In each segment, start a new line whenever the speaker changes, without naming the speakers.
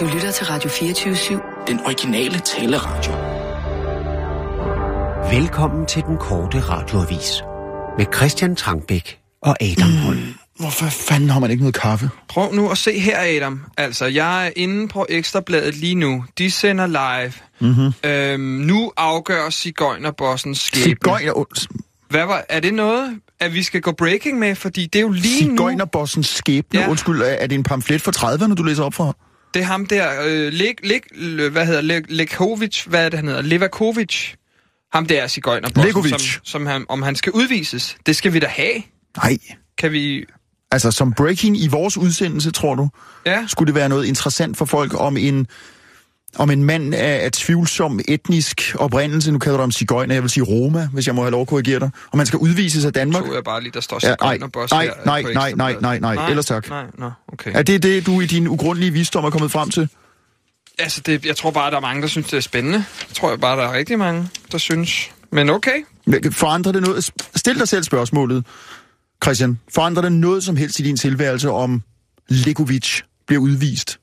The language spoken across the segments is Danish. Du lytter til Radio 24-7.
Den originale taleradio.
Velkommen til den korte radioavis med Christian Trangbæk og Adam Holm.
Hvorfor fanden har man ikke noget kaffe?
Prøv nu at se her, Adam. Altså, jeg er inde på Ekstrabladet lige nu. De sender live.
Mhm.
Mm-hmm. Øhm, nu afgør Sigøjnerbossens skæbne.
Sigøjner...
Hvad var, er det noget, at vi skal gå breaking med? Fordi det er jo lige nu...
Sigøjnerbossens skæbne. Ja.
Ja.
Undskyld, er, er det en pamflet for 30'erne, du læser op for?
Det er ham der, øh, Lik, Lik, L- hvad hedder Lek, Lekovic, hvad er det, han hedder? Levakovic. Ham der er Sigøjnerbossen,
Lekovic.
som, som han, om han skal udvises. Det skal vi da have.
Nej.
Kan vi...
Altså, som breaking i vores udsendelse, tror du,
Ja,
skulle det være noget interessant for folk om en om en mand af, af tvivlsom etnisk oprindelse, nu kalder du ham cigøjner, jeg vil sige Roma, hvis jeg må have lov at korrigere dig, og man skal udvises af Danmark.
så jeg bare lige, der står
Ja, nej,
Sigøjnerboss
nej,
her, øh,
nej,
på
nej,
Ekstra
nej,
Bladet.
nej, nej. Ellers tak.
Nej, nej, okay.
Er det det, du i din ugrundlige visdom er kommet frem til?
Altså, det, jeg tror bare, der er mange, der synes, det er spændende. Jeg tror jeg bare, der er rigtig mange, der synes. Men okay.
Forandrer det noget? Stil dig selv spørgsmålet, Christian. Forandrer det noget som helst i din tilværelse, om Lekovic bliver udvist?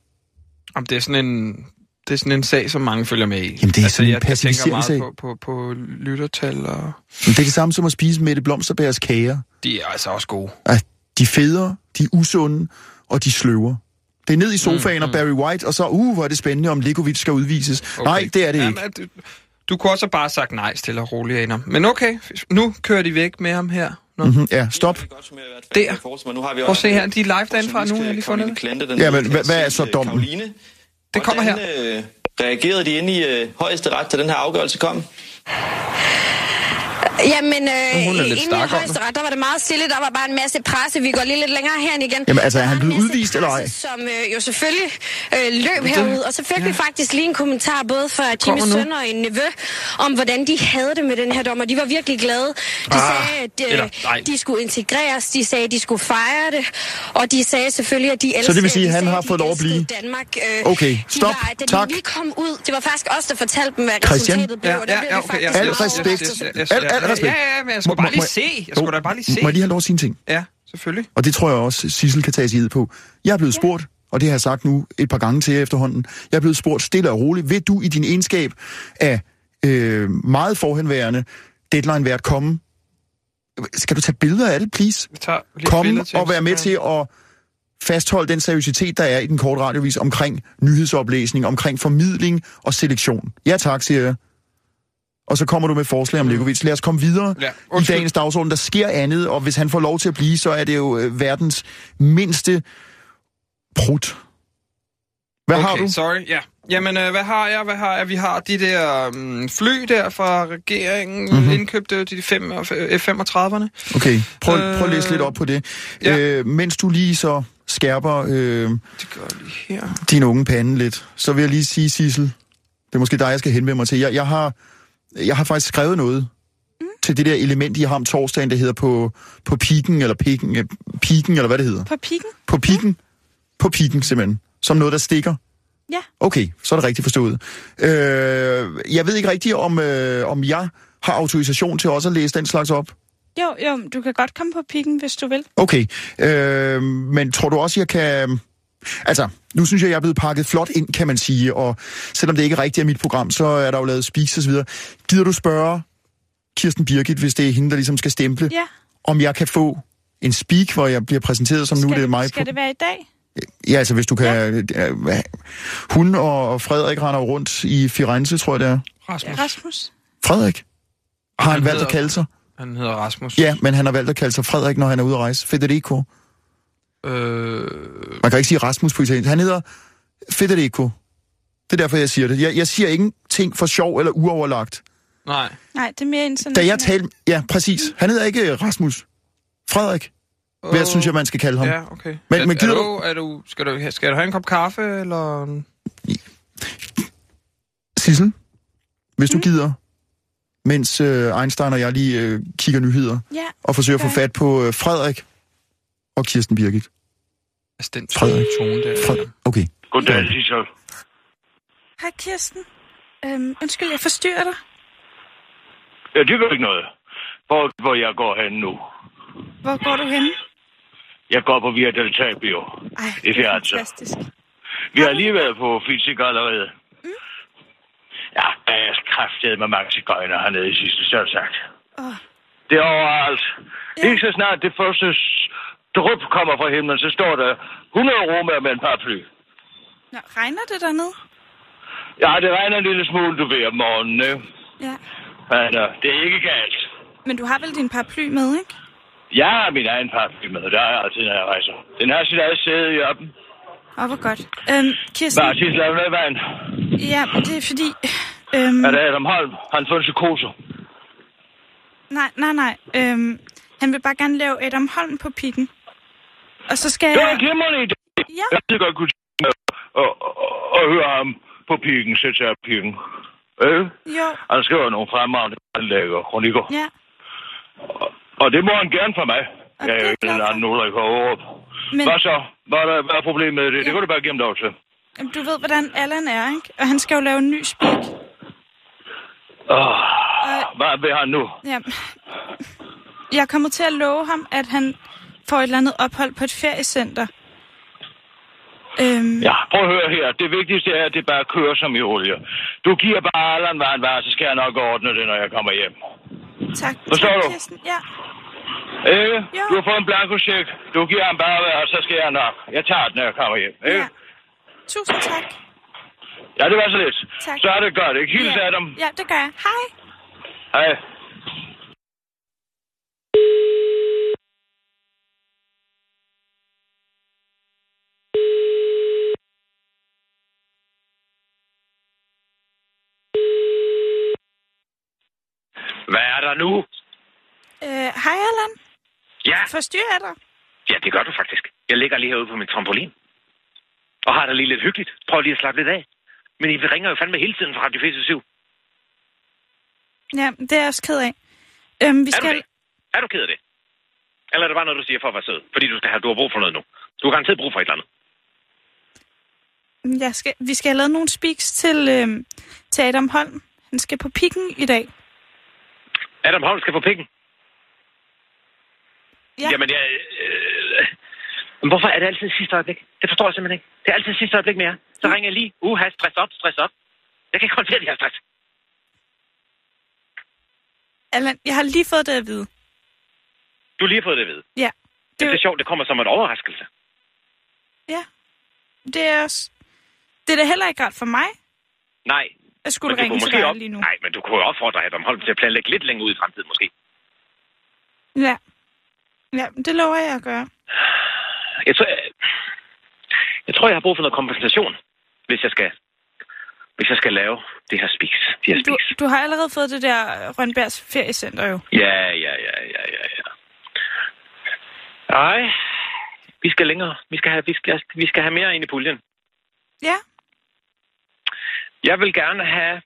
Om det er sådan en... Det er sådan en sag, som mange følger med i. Jamen,
det er
altså,
sådan en
jeg, jeg tænker
passivisering
meget
sag.
på, på, på lyttertal, og
Men det er det samme som at spise Mette Blomsterbærs kager.
de er altså også gode.
At de federe, de er usunde, og de sløver. Det er ned i sofaen mm, og Barry White, og så, uh, hvor er det spændende, om Lekovic skal udvises. Okay. Nej, det er det ikke.
Jamen, du, du kunne også have bare sagt nej, stille og roligt, Adam. Men okay, nu kører de væk med ham her. Nå.
Mm-hmm, ja, stop.
Der. Prøv at se her, de er live derindefra
fra
nu, jeg har lige fundet det.
det.
Jamen, hvad- hvad er så dommen?
Det kommer her.
Øh, reagerede de inde i øh, højeste ret, da den her afgørelse kom?
Jamen, øh,
hun er lidt
inden
stak om
i
det.
højesteret, der var det meget stille. Der var bare en masse presse. Vi går lige lidt længere herind igen.
Jamen, altså, er
Der
han
var en
blevet
masse
udvist, eller
presse, Som øh, jo selvfølgelig øh, løb herud. Og så fik
ja.
vi faktisk lige en kommentar både fra Jimmys
nu.
søn og en nevø om, hvordan de havde det med den her dom. Og de var virkelig glade. De ah, sagde, at øh,
eller nej.
de skulle integreres. De sagde, at de skulle fejre det. Og de sagde selvfølgelig, at de elskede
vil sige,
de
han
sagde,
har
de
fået lov at blive?
elskede Danmark. Øh,
Okay, stop.
De var, da
Tak.
De lige kom ud. Det var faktisk os, der fortalte dem, hvad
Christian?
resultatet blev. og der blev vi
jeg-
faktisk
Al
meget
respekt.
overrasket.
jeg- jeg- jeg-
Al- al
ja,
respekt.
Ja, ja, men jeg skulle
Må-
bare
må-
lige se. Jeg skulle da bare lige se.
Må jeg lige have lov at sige en ting?
Ja, selvfølgelig.
Og det tror jeg også, Sissel kan tage sig på. Jeg er blevet spurgt, og det har jeg sagt nu et par gange til jer efterhånden. Jeg er blevet spurgt stille og roligt, vil du i din egenskab af øh, meget forhenværende deadline vært komme? Skal du tage billeder af det, please?
Vi tager lidt
Kom
billeder til
og vær med
Instagram.
til at fastholde den seriøsitet, der er i den korte radiovis omkring nyhedsoplæsning, omkring formidling og selektion. Ja tak, siger jeg. Og så kommer du med forslag om Lekovic. Lad os komme videre
Mm. Ja,
i
undskyld.
dagens dagsorden. Der sker andet, og hvis han får lov til at blive, så er det jo øh, verdens mindste prut. Hvad okay, har du?
sorry, ja. Jamen, øh, hvad har jeg? Hvad har jeg? Vi har de der um, fly der fra regeringen,
Mhm.
mm-hmm. indkøbte de fem- øh, F-35'erne.
Okay, prøv, prøv at læse
Øh,
lidt op på det.
ja.
Øh, mens du lige så skærper øh,
Det gør jeg lige her.
din unge pande lidt, så vil jeg lige sige, Sissel, det er måske dig, jeg skal henvende mig til. Jeg, jeg, har, jeg har faktisk skrevet noget mm. til det der element, I har om torsdagen, det hedder på, på piken, eller piken, øh, piken, eller hvad det hedder.
På pikken?
På piken? På piken, simpelthen. Som noget, der stikker.
Ja.
Okay, så er det rigtigt forstået. Øh, jeg ved ikke rigtigt, om, øh, om jeg har autorisation til også at læse den slags op.
Jo, jo, du kan godt komme på pikken, hvis du vil.
Okay, øh, men tror du også, jeg kan... Altså, nu synes jeg, jeg er blevet pakket flot ind, kan man sige, og selvom det ikke er rigtigt af mit program, så er der jo lavet speaks osv. Gider du spørge Kirsten Birgit, hvis det er hende, der ligesom skal stemple,
Ja.
om jeg kan få en speak, hvor jeg bliver præsenteret som nu,
Skal,
det er mig.
skal det være i dag?
Ja, altså hvis du kan... Ja. Hun og Frederik render jo rundt i Firenze, tror jeg det er.
Rasmus.
Rasmus?
Frederik? Har han,
Han
han valgt at
hedder-
kalde sig?
Han hedder Rasmus.
Ja, men han har valgt at kalde sig Frederik, når han er ude at rejse. Federico.
Øh,
Man kan ikke sige Rasmus på italiensk. Han hedder Federico. Det er derfor, jeg siger det. Jeg, jeg siger ingenting for sjov eller uoverlagt.
nej.
Nej, det er mere en sådan...
Da jeg talte... Ja, præcis. Han hedder ikke øh, Rasmus. Frederik. Hvad synes jeg, man skal kalde ham?
Ja, okay.
Men-
er,
men gider
er
du-
du... Er du, skal, du, skal du have en kop kaffe, eller... en-
Sissel, hvis du gider, mens øh, Einstein og jeg lige øh, kigger nyheder,
Ja,
og forsøger at få
Okay.
fat på øh, Frederik og Kirsten Birgit.
Altså, den
Frederik.
tone der.
Frederik. Okay.
Goddag, Sissel.
hej Kirsten. Øhm, undskyld, jeg forstyrrer dig.
Ja, det gør ikke noget. Hvor, hvor jeg går hen nu.
Hvor går du henne?
Jeg går på Via del Tabio.
Ej,
I
det er
fjernsynet.
fantastisk.
Vi har lige været på fysik allerede. Ja, der er kraftet med mange cigøjner hernede i sidste, så sagt.
Åh.
Det er overalt. Lige så snart det første s- dryp kommer fra himlen, så står der 100 romer med en paraply.
Nå, regner det dernede?
Ja, det regner en lille smule, du ved, om morgenen, ikke?
Ja.
Men uh, det er ikke galt.
Men du har vel din paraply med, ikke?
Jeg har min egen paraply med, der er altid, når jeg rejser. Den har sit eget sæde i oppen.
Åh, hvor godt. Øhm, Kirsten,
Bare sidst lavet noget vejen.
ja, det er fordi... Øhm,
Er det Adam Holm? Han får en psykose.
nej, nej, nej. Øhm, han vil bare gerne lave Adam Holm på pikken. Og så skal
Det var
jeg...
en glimrende idé.
Ja,
Jeg kan godt kunne tænke mig at, at, at høre ham på pikken, sætte sig op pikken. Øh?
jo,
Han skriver nogle fremragende anlægger og kronikker.
ja.
Og det må han gerne for mig.
Og
Jeg
det
er
er
jo
glad
en
for.
anden Ulrik fra Aarup.
Men-
Hvad så? Hvad er, der, hvad er problemet med det? Det
Ja.
kan du bare gemme dig over til.
Jamen, Du ved, hvordan Allan er, ikke? Og han skal jo lave en ny spik.
Oh,
Og
hvad vil han nu?
Ja. Jeg kommer til at love ham, at han får et eller andet ophold på et feriecenter. Øhm, ja.
Ja, prøv at høre her. Det vigtigste er, at det bare kører som i olie. Du giver bare Allan, hvad han var, så skal jeg nok ordne det, når jeg kommer hjem.
Tak.
Forstår
tak,
du?
Kirsten. Ja.
Ikke?
Jo.
Øh, Du har fået en blankosjek. Du giver ham bare, hvad, og så skal jeg nok. Jeg tager den, når jeg kommer hjem. Ikke?
ja. Tusind tak.
Ja, det var så lidt.
Tak.
Så er det godt, ikke? Hils
ja.
af dem.
Ja, det gør jeg. Hej.
Hej.
Hvad er der nu?
Øh, hej, Allan.
Ja,
Forstyrrer jeg dig?
ja, det gør du faktisk. Jeg ligger lige herude på min trampolin. Og har det lige lidt hyggeligt. Prøv lige at slappe lidt af. Men I ringer jo fandme hele tiden fra Radio 24
Ja, det er jeg også ked af. Øhm, vi
Er du
skal...
det? Er du ked af det? Eller er det bare noget, du siger for at være sød? Fordi du, skal have, du har brug for noget nu. Du har garanteret brug for et eller andet.
Mm, Jeg skal, vi skal have lavet nogle speaks til, øhm, til Adam Holm. Han skal på pikken i dag.
Adam Holm skal få pikken.
Ja.
Jamen, jeg... Øh, men hvorfor er det altid sidste øjeblik? Det forstår jeg simpelthen ikke. Det er altid sidste øjeblik med jer. Så ringer jeg lige. Uha, stress op, stress op. Jeg kan ikke håndtere det her stress.
Allan, jeg har lige fået det at vide.
Du har lige fået det at vide.
Ja.
Det, det er sjovt, det kommer som en overraskelse.
Ja. Det er også... Det er da heller ikke rart for mig,
Nej,
at skulle
men du
ringe
kunne
til
måske
dig
op...
lige nu.
Nej, men du kunne jo opfordre Adam Holm til at planlægge lidt længere ud i fremtiden, måske.
Ja. Ja, det lover jeg at gøre.
Jeg tror, jeg, jeg, tror, jeg har brug for noget kompensation, hvis jeg skal, hvis jeg skal lave det her speaks. De her
Du,
speaks.
du har allerede fået det der øh, Rønbergs feriecenter jo.
Ja, ja, ja, ja, ja, ja. Nej, vi skal længere. Vi skal have, vi skal, vi skal have mere ind i puljen.
Ja.
Jeg vil gerne have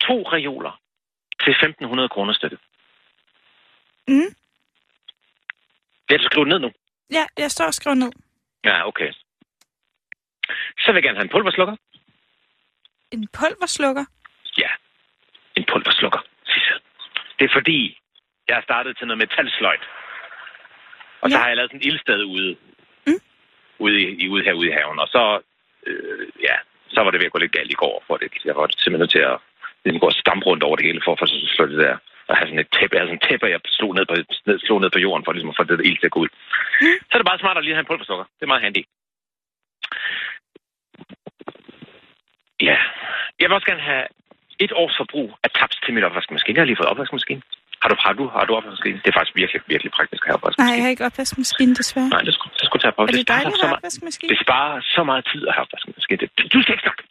to reoler til 1.500 kroner stykket.
Mm.
Det er du skrevet ned nu.
Ja, jeg står og skriver ned.
Ja, okay. Så vil jeg gerne have en pulverslukker.
En pulverslukker.
Ja, en pulverslukker, Sissel. Det er fordi, jeg har startet til noget metalsløjt. Og så
Ja.
har jeg lavet sådan et ildsted ude.
Mm.
Ude, i, i- ude herude i haven. Og så, øh, ja, så var det ved at gå lidt galt i går. For det, jeg var simpelthen nødt til at ligesom gå og stampe rundt over det hele, for at få så slå det der. Og have sådan et tæppe, jeg havde sådan et tæppe, jeg slog ned, på, ned, slog ned på jorden, for ligesom at få det der ild til at gå ud. Mm. Så er det bare smart at lige have en pulverstukker. Det er meget handy. Ja. Jeg vil også gerne have et års forbrug af taps til min opvaskemaskine. Jeg har lige fået opvaskemaskine. Har du, har du, har du opvaskemaskine? Det er faktisk virkelig, virkelig praktisk at have
Nej, jeg
opvaskemaskine.
har ikke opvaskemaskine, desværre.
Nej, det skulle, det skulle tage på.
Er det
sparer
dejligt at
så
have
meget,
opvaskemaskine?
det sparer så meget tid at have opvaskemaskine. Det, du skal ikke snakke.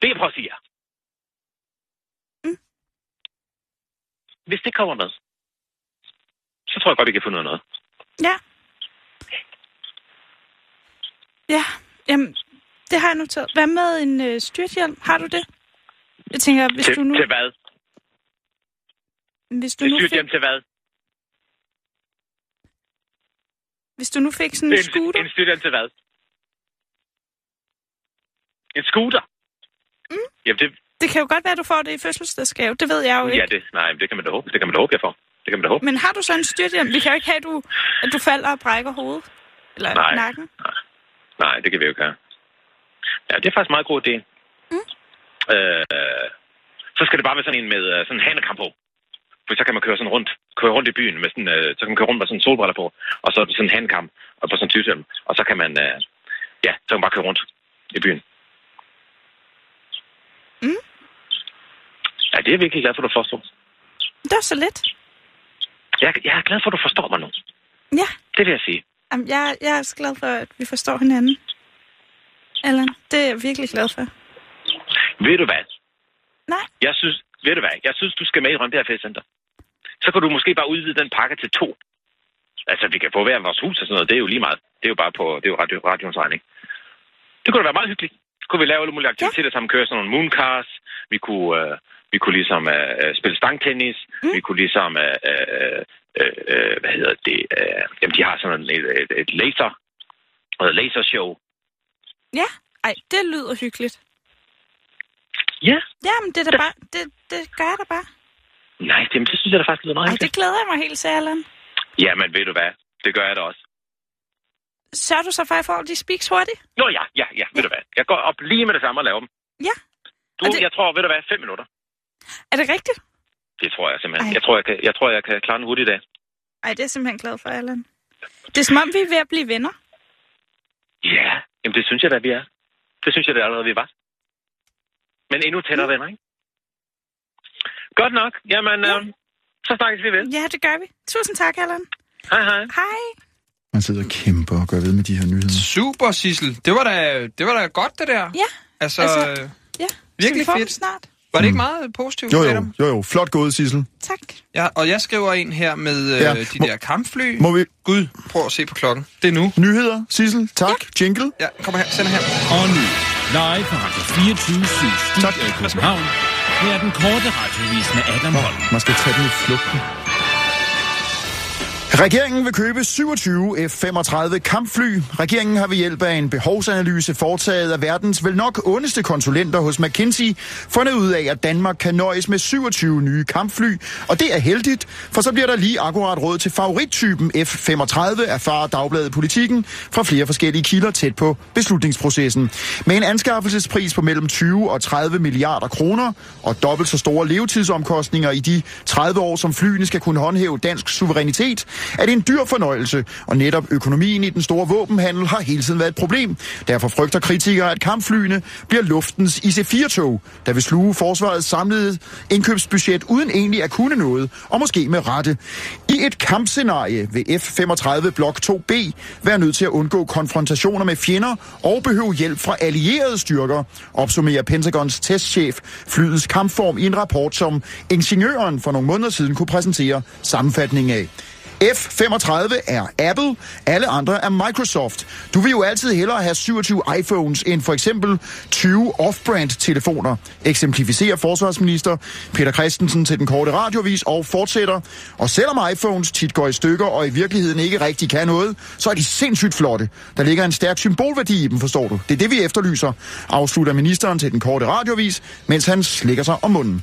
Det er jeg prøver at sige jer.
Mm.
Hvis det kommer med, så tror jeg godt, vi kan finde ud af noget.
Ja. Ja, jamen, det har jeg noteret. Hvad med en øh, styrthjelm? Har du det? Jeg tænker, hvis
til,
du nu...
til hvad?
Hvis du
Til
nu,
styrt
fik,
hjem til hvad?
hvis du nu fik sådan en
En,
scooter...
en styrthjelm til hvad? En scooter? Mm. Jamen, det,
Det kan jo godt være, at du får det i fødselsdagsgave. Det ved jeg jo ikke.
ja, det, nej, men det kan man da håbe. Det kan man da håbe, jeg får. Det kan man da håbe.
Men har du så en styrthjelm? Vi kan jo ikke have, at du, at du falder og brækker hovedet. Eller
Nej.
nakken.
Nej, det kan vi jo ikke have. Ja, det er faktisk en meget god idé. Mm. Øh, så skal det bare være sådan en med øh, sådan en hanekam på. For så kan man køre sådan rundt, køre rundt i byen med sådan, øh, så kan man køre rundt med sådan solbriller på, og så er det sådan en handkam og på sådan en tyvshjelm, og så kan man, øh, ja, så kan man bare køre rundt i byen.
Mm.
Ja, det er jeg virkelig glad for, du forstår.
Det var så lidt.
Jeg, jeg er glad for, du forstår mig nu.
Ja,
Det vil jeg sige.
Jamen, jeg, jeg er så glad for, at vi forstår hinanden. Allan, det er jeg virkelig glad for.
Ved du hvad?
Nej.
Jeg synes, ved du hvad? Jeg synes, du skal med i Rønbjerg Festcenter. Så kan du måske bare udvide den pakke til to. Altså, vi kan få hver vores hus og sådan noget. Det er jo lige meget. Det er jo bare på det er jo radio, radioens regning. Det kunne da være meget hyggeligt. Så kunne vi lave alle mulige aktiviteter ja. sammen. Køre sådan nogle mooncars. Vi kunne, øh, vi kunne ligesom øh, øh, spille stangtennis. Mm. Vi kunne ligesom... Øh, øh, øh, øh, hvad hedder det? Øh, jamen, de har sådan et, et, et laser... Noget lasershow.
Ja, ej, det lyder hyggeligt.
Ja.
Jamen, det, er da bare, det, det gør jeg da bare.
Nej, det, det synes jeg da faktisk lyder meget
Ej,
hyggeligt.
det glæder jeg mig helt til, Allan.
Jamen, ved du hvad? Det gør jeg da også.
Sørger du så for, at jeg får de speaks hurtigt?
Nå ja, ja, ja, ved du hvad? Jeg går op lige med det samme og laver dem.
Ja.
Du,
Og
det...
det-
jeg tror, ved du hvad? Fem minutter.
Er det rigtigt?
Det tror jeg simpelthen.
Ej.
Jeg tror jeg, kan, jeg tror, jeg kan klare den hurtigt i dag.
Ej, det er jeg simpelthen glad for, Allan. Det er som om, vi er ved at blive venner.
Ja. Jamen, det synes jeg da, vi er. Det synes jeg da allerede, vi var. Men endnu
Mm.
tættere venner, ikke? Godt nok. Jamen, øh, så snakkes vi ved.
Ja, det gør vi. Tusind tak, Allan.
Hej, hej.
Hej.
Man sidder og kæmper og gør ved med de her nyheder.
Super, Sissel. Det var da, det var da godt, det der.
Ja,
Altså,
altså-
altså
ja.
Virkelig
Skal vi få
fedt.
dem snart?
var det ikke meget positivt,
Jo, jo,
Adam?
jo, jo. Flot gået, Sissel.
Tak.
Ja, og jeg skriver en her med øh,
Ja,
ja. de
må-
der kampfly.
Må vi...
Gud, prøv at se på klokken. Det er nu.
Nyheder, Sissel. Tak. Ja. Jingle.
Ja, kom her, send her.
Og nu, live fra Radio 24 7
Tak.
Studio i København. Her er den korte radiovis med Adam Holm.
Man skal tage den i flugten. Regeringen vil købe 27 F-35 kampfly. Regeringen har ved hjælp af en behovsanalyse foretaget af verdens vel nok ondeste konsulenter hos McKinsey fundet ud af, at Danmark kan nøjes med 27 nye kampfly. Og det er heldigt, for så bliver der lige akkurat råd til favorittypen F-35, erfarer Dagbladet Politikken fra flere forskellige kilder tæt på beslutningsprocessen. Med en anskaffelsespris på mellem 20 og 30 milliarder kroner og dobbelt så store levetidsomkostninger i de 30 år, som flyene skal kunne håndhæve dansk suverænitet, er det en dyr fornøjelse, og netop økonomien i den store våbenhandel har hele tiden været et problem. Derfor frygter kritikere, at kampflyene bliver luftens IC-4-tog, der vil sluge forsvarets samlede indkøbsbudget uden egentlig at kunne noget, og måske med rette. I et kampscenarie vil F-35 Blok 2B være nødt til at undgå konfrontationer med fjender og behøve hjælp fra allierede styrker, opsummerer Pentagons testchef flyets kampform i en rapport, som ingeniøren for nogle måneder siden kunne præsentere sammenfatningen af. F-35 er Apple, alle andre er Microsoft. Du vil jo altid hellere have 27 iPhones end for eksempel 20 off-brand telefoner, eksemplificerer forsvarsminister Peter Christensen til den korte radiovis og fortsætter. Og selvom iPhones tit går i stykker og i virkeligheden ikke rigtig kan noget, så er de sindssygt flotte. Der ligger en stærk symbolværdi i dem, forstår du. Det er det, vi efterlyser, afslutter ministeren til den korte radiovis, mens han slikker sig om munden.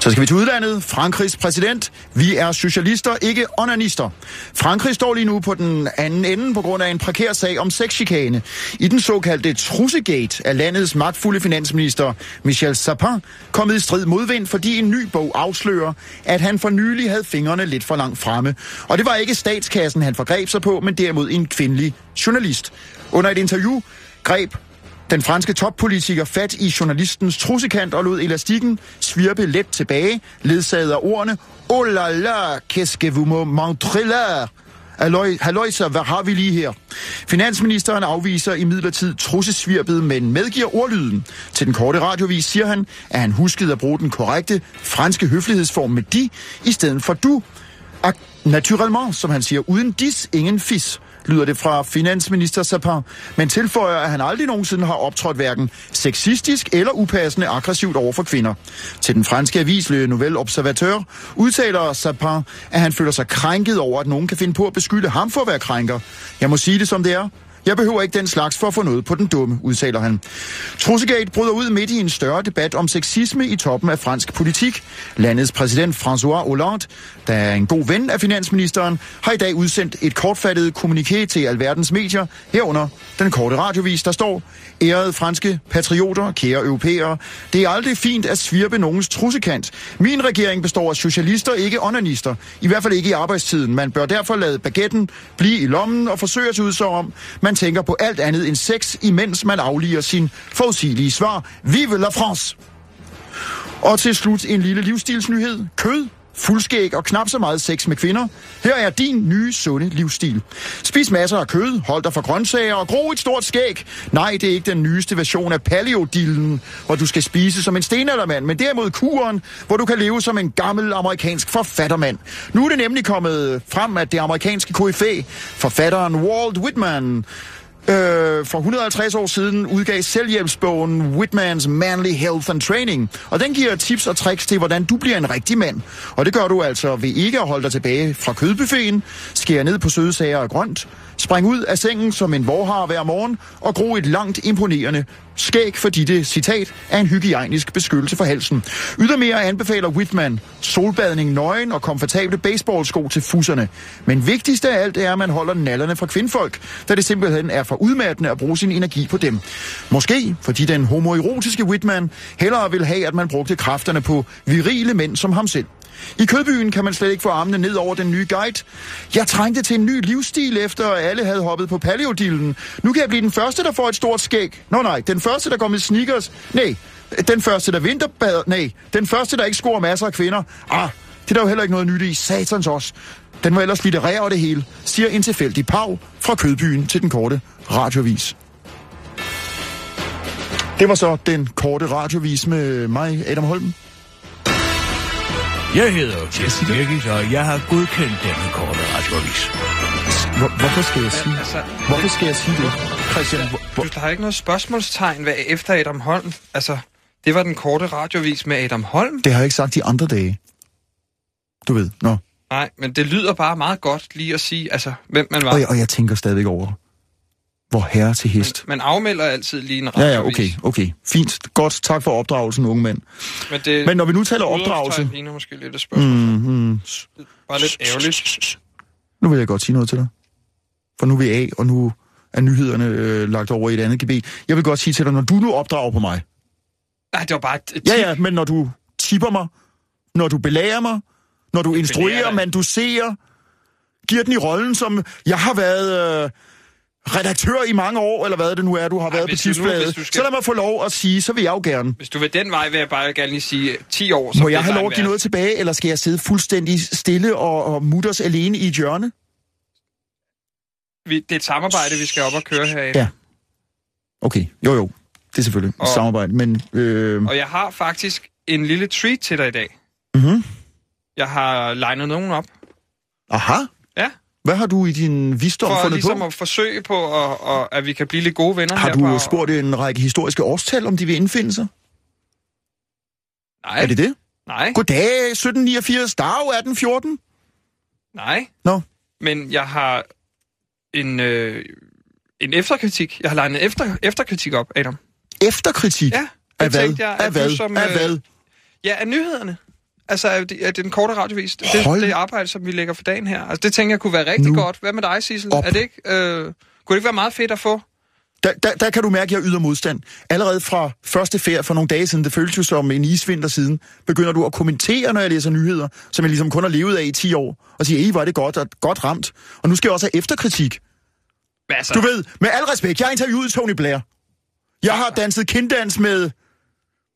Så skal vi til udlandet. Frankrigs præsident. Vi er socialister, ikke onanister. Frankrig står lige nu på den anden ende på grund af en prekær sag om sexchikane. I den såkaldte trussegate er landets magtfulde finansminister Michel Sapin kommet i strid modvind, fordi en ny bog afslører, at han for nylig havde fingrene lidt for langt fremme. Og det var ikke statskassen, han forgreb sig på, men derimod en kvindelig journalist. Under et interview greb den franske toppolitiker fat i journalistens trussekant og lod elastikken svirpe let tilbage, ledsaget af ordene Oh la la, qu'est-ce que vous me montrez là? Halløj- Halløjsa, hvad har vi lige her? Finansministeren afviser i midlertid trussesvirpet, men medgiver ordlyden. Til den korte radiovis siger han, at han huskede at bruge den korrekte franske høflighedsform med de, i stedet for du. Og naturellement, som han siger, uden dis, ingen fis, lyder det fra finansminister Sapin, men tilføjer, at han aldrig nogensinde har optrådt hverken sexistisk eller upassende aggressivt over for kvinder. Til den franske avis Le Nouvel Observateur udtaler Sapin, at han føler sig krænket over, at nogen kan finde på at beskylde ham for at være krænker. Jeg må sige det som det er. Jeg behøver ikke den slags for at få noget på den dumme, udtaler han. Trussegate bryder ud midt i en større debat om sexisme i toppen af fransk politik. Landets præsident François Hollande, der er en god ven af finansministeren, har i dag udsendt et kortfattet kommuniké til alverdens medier, herunder den korte radiovis, der står, Ærede franske patrioter, kære europæere, det er aldrig fint at svirpe nogens trussekant. Min regering består af socialister, ikke onanister. I hvert fald ikke i arbejdstiden. Man bør derfor lade bagetten blive i lommen og forsøge at se ud som om, man tænker på alt andet end sex, imens man afliger sin forudsigelige svar. Vive la France! Og til slut en lille livsstilsnyhed. Kød, fuldskæg og knap så meget sex med kvinder. Her er din nye, sunde livsstil. Spis masser af kød, hold dig for grøntsager og gro et stort skæg. Nej, det er ikke den nyeste version af paleodillen, hvor du skal spise som en stenaldermand, men derimod kuren, hvor du kan leve som en gammel amerikansk forfattermand. Nu er det nemlig kommet frem, at det amerikanske KFA, forfatteren Walt Whitman, Øh, for 150 år siden udgav selvhjælpsbogen Whitman's Manly Health and Training, og den giver tips og tricks til, hvordan du bliver en rigtig mand. Og det gør du altså ved ikke at holde dig tilbage fra kødbuffeten, skære ned på søde sager og grønt, spring ud af sengen som en vorhar hver morgen og gro et langt imponerende skæg, fordi det, citat, er en hygiejnisk beskyttelse for halsen. Ydermere anbefaler Whitman solbadning nøgen og komfortable baseballsko til fusserne. Men vigtigst af alt er, at man holder nallerne fra kvindfolk, da det simpelthen er for udmattende at bruge sin energi på dem. Måske fordi den homoerotiske Whitman hellere vil have, at man brugte kræfterne på virile mænd som ham selv. I Kødbyen kan man slet ikke få armene ned over den nye guide. Jeg trængte til en ny livsstil, efter at alle havde hoppet på paleodillen. Nu kan jeg blive den første, der får et stort skæg. Nå nej, den første, der går med sneakers. Nej, den første, der vinterbader. Nej, den første, der ikke scorer masser af kvinder. Ah, det er der jo heller ikke noget nyt i. Satans også. Den var ellers litterær og det hele, siger en tilfældig pav fra Kødbyen til den korte radiovis. Det var så den korte radiovis med mig, Adam Holm.
Jeg hedder Kirsten Birgit, og jeg har godkendt denne korte radioavis.
Hvor, hvorfor skal jeg sige,
altså,
hvorfor skal jeg sige det, Christian? Hvor, hvor,
Du, der er ikke noget spørgsmålstegn hvad efter Adam Holm. Altså, det var den korte radiovis med Adam Holm.
det har jeg ikke sagt de andre dage. Du ved, nå.
Nej, men det lyder bare meget godt lige at sige, altså, hvem man var.
Og jeg, og jeg tænker stadigvæk over det. Hvor herre til hest.
Man afmelder altid lige en
Ja,
radiovis.
ja, okay, okay. Fint. Godt. Tak for opdragelsen, unge mand.
Men, det,
Men når vi nu taler opdragelse...
Det ligner måske lidt et spørgsmål. Mm.
Mm,
Bare lidt ærgerligt.
nu vil jeg godt sige noget til dig. For nu er vi af, og nu er nyhederne øh, lagt over i et andet gebet. Jeg vil godt sige til dig, når du nu opdrager på mig...
Nej, det var bare et et
Ja, ja, men når du tipper mig, når du belærer mig, når du instruerer,
dig.
men du ser, giver den i rollen som, jeg har været øh, redaktør i mange år, eller hvad det nu er, du har Ej, været på
hvis du nu-
tidsbladet.
hvis du
Skal...
skal-
Så lad mig få lov at sige, så vil jeg jo gerne.
Hvis du vil den vej, vil jeg bare gerne lige sige 10 år.
Må
vil
jeg have
bare
lov at give
være-
noget tilbage, eller skal jeg sidde fuldstændig stille og, og mutters alene i et hjørne?
Vi, det er et samarbejde, vi skal op og køre herinde.
Ja. Okay, jo jo, det er selvfølgelig og...
Og-
samarbejde, men... Øh,
Og jeg har faktisk en lille treat til dig i dag.
Mhm.
Jeg har legnet nogen op.
aha,
Ja,
hvad har du i din visdom
for
fundet
ligesom
på?
at forsøge på, og, og, at vi kan blive lidt gode venner
Har
her
du
på,
spurgt en række historiske årstal, om de vil indfinde sig?
Nej,
Er det det?
nej,
Goddag, 1789, dag 1814.
nej.
Nå.
Men jeg har en, øh, en efterkritik. Jeg har legnet efter, efterkritik op, Adam.
Efterkritik?
Ja, det
af hvad?
tænkte jeg, at
af
du
hvad?
som,
af
øh,
hvad?
Ja, af nyhederne. Altså, af, de, af den korte radiovis. Det,
Hold
det arbejde, som vi lægger for dagen her. Altså, det tænker jeg kunne være rigtig
Nu
godt. Hvad med dig, Sissel?
op.
Er det ikke, øh, kunne det ikke være meget fedt at få?
Der, der, der kan du mærke, at jeg yder modstand. Allerede fra første ferie for nogle dage siden, det føltes jo som en isvinter siden, begynder du at kommentere, når jeg læser nyheder, som jeg ligesom kun har levet af i 10 år, og sige, ej, var det godt, og godt ramt. Og nu skal jeg også have efterkritik.
Men Altså,
Du ved, med al respekt, jeg har interviewet Tony Blair. Jeg har danset kinddans med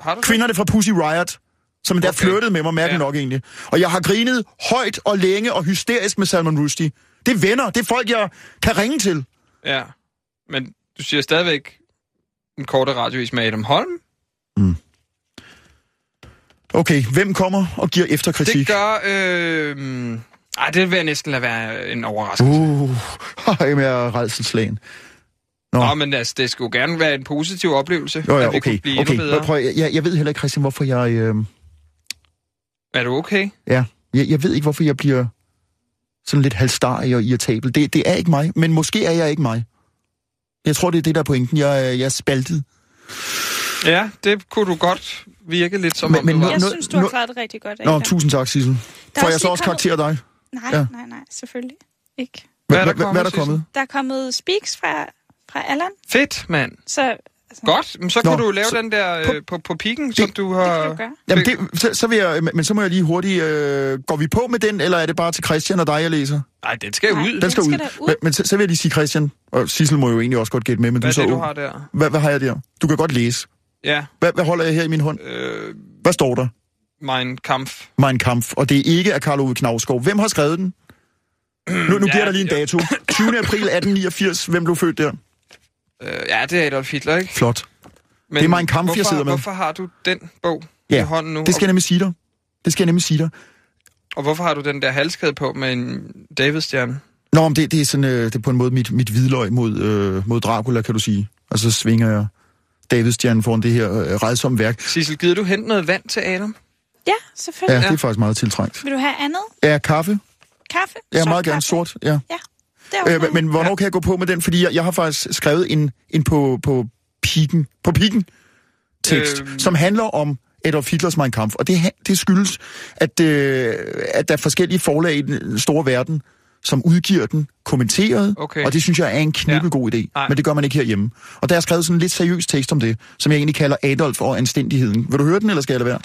har du det?
kvinderne fra Pussy Riot, som endda okay.
Okay.
flirtede med mig, mærke ja.
Ja.
nok egentlig. Og jeg har grinet højt og længe og hysterisk med Salman Rushdie. Det er venner, det er folk, jeg kan ringe til.
Ja, men du siger stadigvæk en korte radiovis med Adam Holm.
Okay, hvem kommer og giver efterkritik?
Det gør... Øh, ej, det vil jeg næsten lade være en overraskelse.
Uh, jamen, jeg er redselslagen.
Uh.
nå.
Nå, men altså, det skulle gerne være en positiv oplevelse,
Jo,
at
ja,
vi kunne blive
okay.
endnu
okay.
bedre.
Prøv, jeg- jeg, jeg ved heller ikke, Christian, hvorfor jeg... Øh,
Er du okay?
ja, jeg, jeg ved ikke, hvorfor jeg bliver sådan lidt halvstarig og irritabel. Det, det er ikke mig, men måske er jeg ikke mig. Jeg tror, det er det, der er pointen. Jeg, øh, jeg er spaltet.
Ja, det kunne du godt virke lidt som
Men-
om
men
du
nu-
var.
Jeg
nå-
synes, du har
nå-
klaret det rigtig godt.
Nå,
Adam.
tusind tak, Sissel.
er
Får
også
jeg så
lige
også
kommet-
karakter af dig?
Nej,
Ja.
nej, nej, selvfølgelig ikke.
Hvad,
er der
hvad, hvad er der
kommet,
kommet?
Der er kommet speaks fra, fra Allan,
Fedt, mand.
så altså,
Godt, men så
Nå,
kunne du lave
så-
den der øh, på, på pikken, som du
det
har...
kan du gøre.
Jamen, det, så, så vil jeg, men så må jeg lige hurtigt... Øh, går vi på med den, eller er det bare til Christian og dig, jeg læser?
Nej, den skal
Nej.
ud.
Den skal,
skal
ud.
da ud.
Men, men så, så vil jeg lige sige, Christian, og Sissel må jo egentlig også godt gætte med, men
Hvad
du så
er det, du
ung.
har der?
Hvad, hvad har jeg der? Du kan godt læse.
Ja,
Hvad, hvad holder jeg her i min hånd?
øh,
Hvad står der?
Mein Kampf.
Mein Kampf, og det er ikke af Karl Ove Knavsgaard. Hvem har skrevet den? Nu, nu ja, giver der lige en dato. 20. april 1889. Hvem blev født der?
Øh, ja, det er Adolf Hitler, ikke?
Flot.
Men
Det er Mein Kampf, jeg
hvorfor,
sidder med.
Hvorfor har du den bog i
Ja,
hånden nu?
det skal jeg nemlig sige dig. Det skal jeg nemlig sige dig.
og, og hvorfor har du den der halskæde på med en Davidstjerne?
Nå, men det, det er sådan, øh, det er på en måde mit, mit hvidløg mod, øh, mod Dracula, kan du sige. Og så svinger jeg Davidstjernen foran det her øh, redsomme værk.
Sissel, gider du hente noget vand til Adam?
Ja,
Ja,
selvfølgelig.
ja,
Ja.
det er faktisk meget tiltrængt.
Vil du have andet?
Ja, kaffe.
Kaffe?
Ja,
Sort
meget gerne
kaffe?
sort. Ja.
Ja, det er
Øh, men- men hvornår ja. kan jeg gå på med den? Fordi jeg, jeg har faktisk skrevet en, en på, på piken, på piken tekst,
Øhm.
øhm. som handler om Adolf Hitlers Mein Kampf. Og det, ha- det skyldes, at, øh, at der er forskellige forlag i den store verden, som udgiver den kommenteret,
Okay.
og det synes jeg er en knibbelgod idé,
Nej.
men det gør man ikke herhjemme. Og der er skrevet sådan en lidt seriøs tekst om det, som jeg egentlig kalder Adolf og anstændigheden. Vil du høre den, eller skal jeg lade være?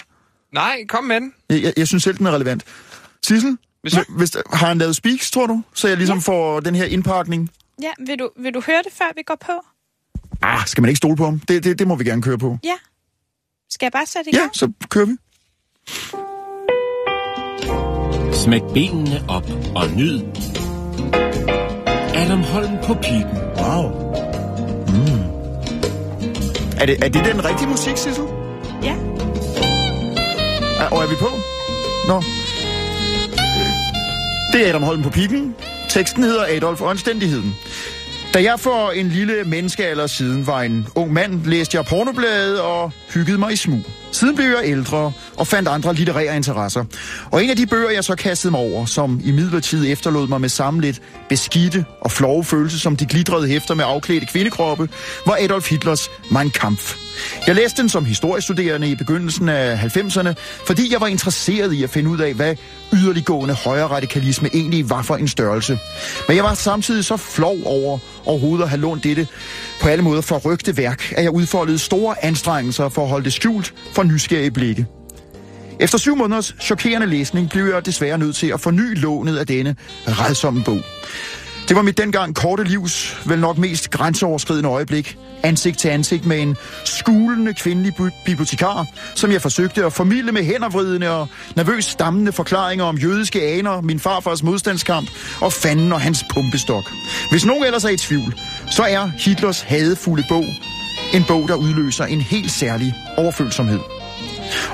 Nej, kom med den.
Jeg, jeg, jeg synes selv, den er relevant. Sissel,
Hvis
hvis,
jeg-
hvis, har han lavet speaks, tror du? Så jeg ligesom ja. får den her indpakning.
Ja, vil du, vil du høre det, før vi går på?
Ah, skal man ikke stole på ham? Det, det, det må vi gerne køre på.
Ja. Skal jeg bare sætte i
Ja,
gang?
så kører vi.
Smæk benene op og nyd. Adam Holm på pipen.
Wow. Mm. Er, det, er det den rigtige musik, Sissel?
Ja.
Er, Ah, og er vi på? Nå. Det er Adam Holm på pikken. Teksten hedder Adolf og anstændigheden. Da jeg for en lille menneskealder siden var en ung mand, læste jeg pornobladet og hyggede mig i smug. Siden blev jeg ældre og fandt andre litterære interesser. Og en af de bøger, jeg så kastede mig over, som i midlertid efterlod mig med samme lidt beskidte og flove følelse, som de glitrede hæfter med afklædte kvindekroppe, var Adolf Hitlers Mein Kampf. Jeg læste den som historiestuderende i begyndelsen af 90'erne, fordi jeg var interesseret i at finde ud af, hvad yderliggående højre radikalisme egentlig var for en størrelse. Men jeg var samtidig så flov over overhovedet at have lånt dette på alle måder forrygte værk, at jeg udfoldede store anstrengelser for at holde det skjult for nysgerrige blikke. Efter syv måneders chokerende læsning blev jeg desværre nødt til at forny lånet af denne redsomme bog. Det var mit dengang korte livs, vel nok mest grænseoverskridende øjeblik, ansigt til ansigt med en skulende kvindelig bi- bibliotekar, som jeg forsøgte at formidle med hændervridende og nervøst stammende forklaringer om jødiske aner, min farfars modstandskamp og fanden og hans pumpestok. Hvis nogen ellers er i tvivl, så er Hitlers hadefulde bog en bog, der udløser en helt særlig overfølsomhed.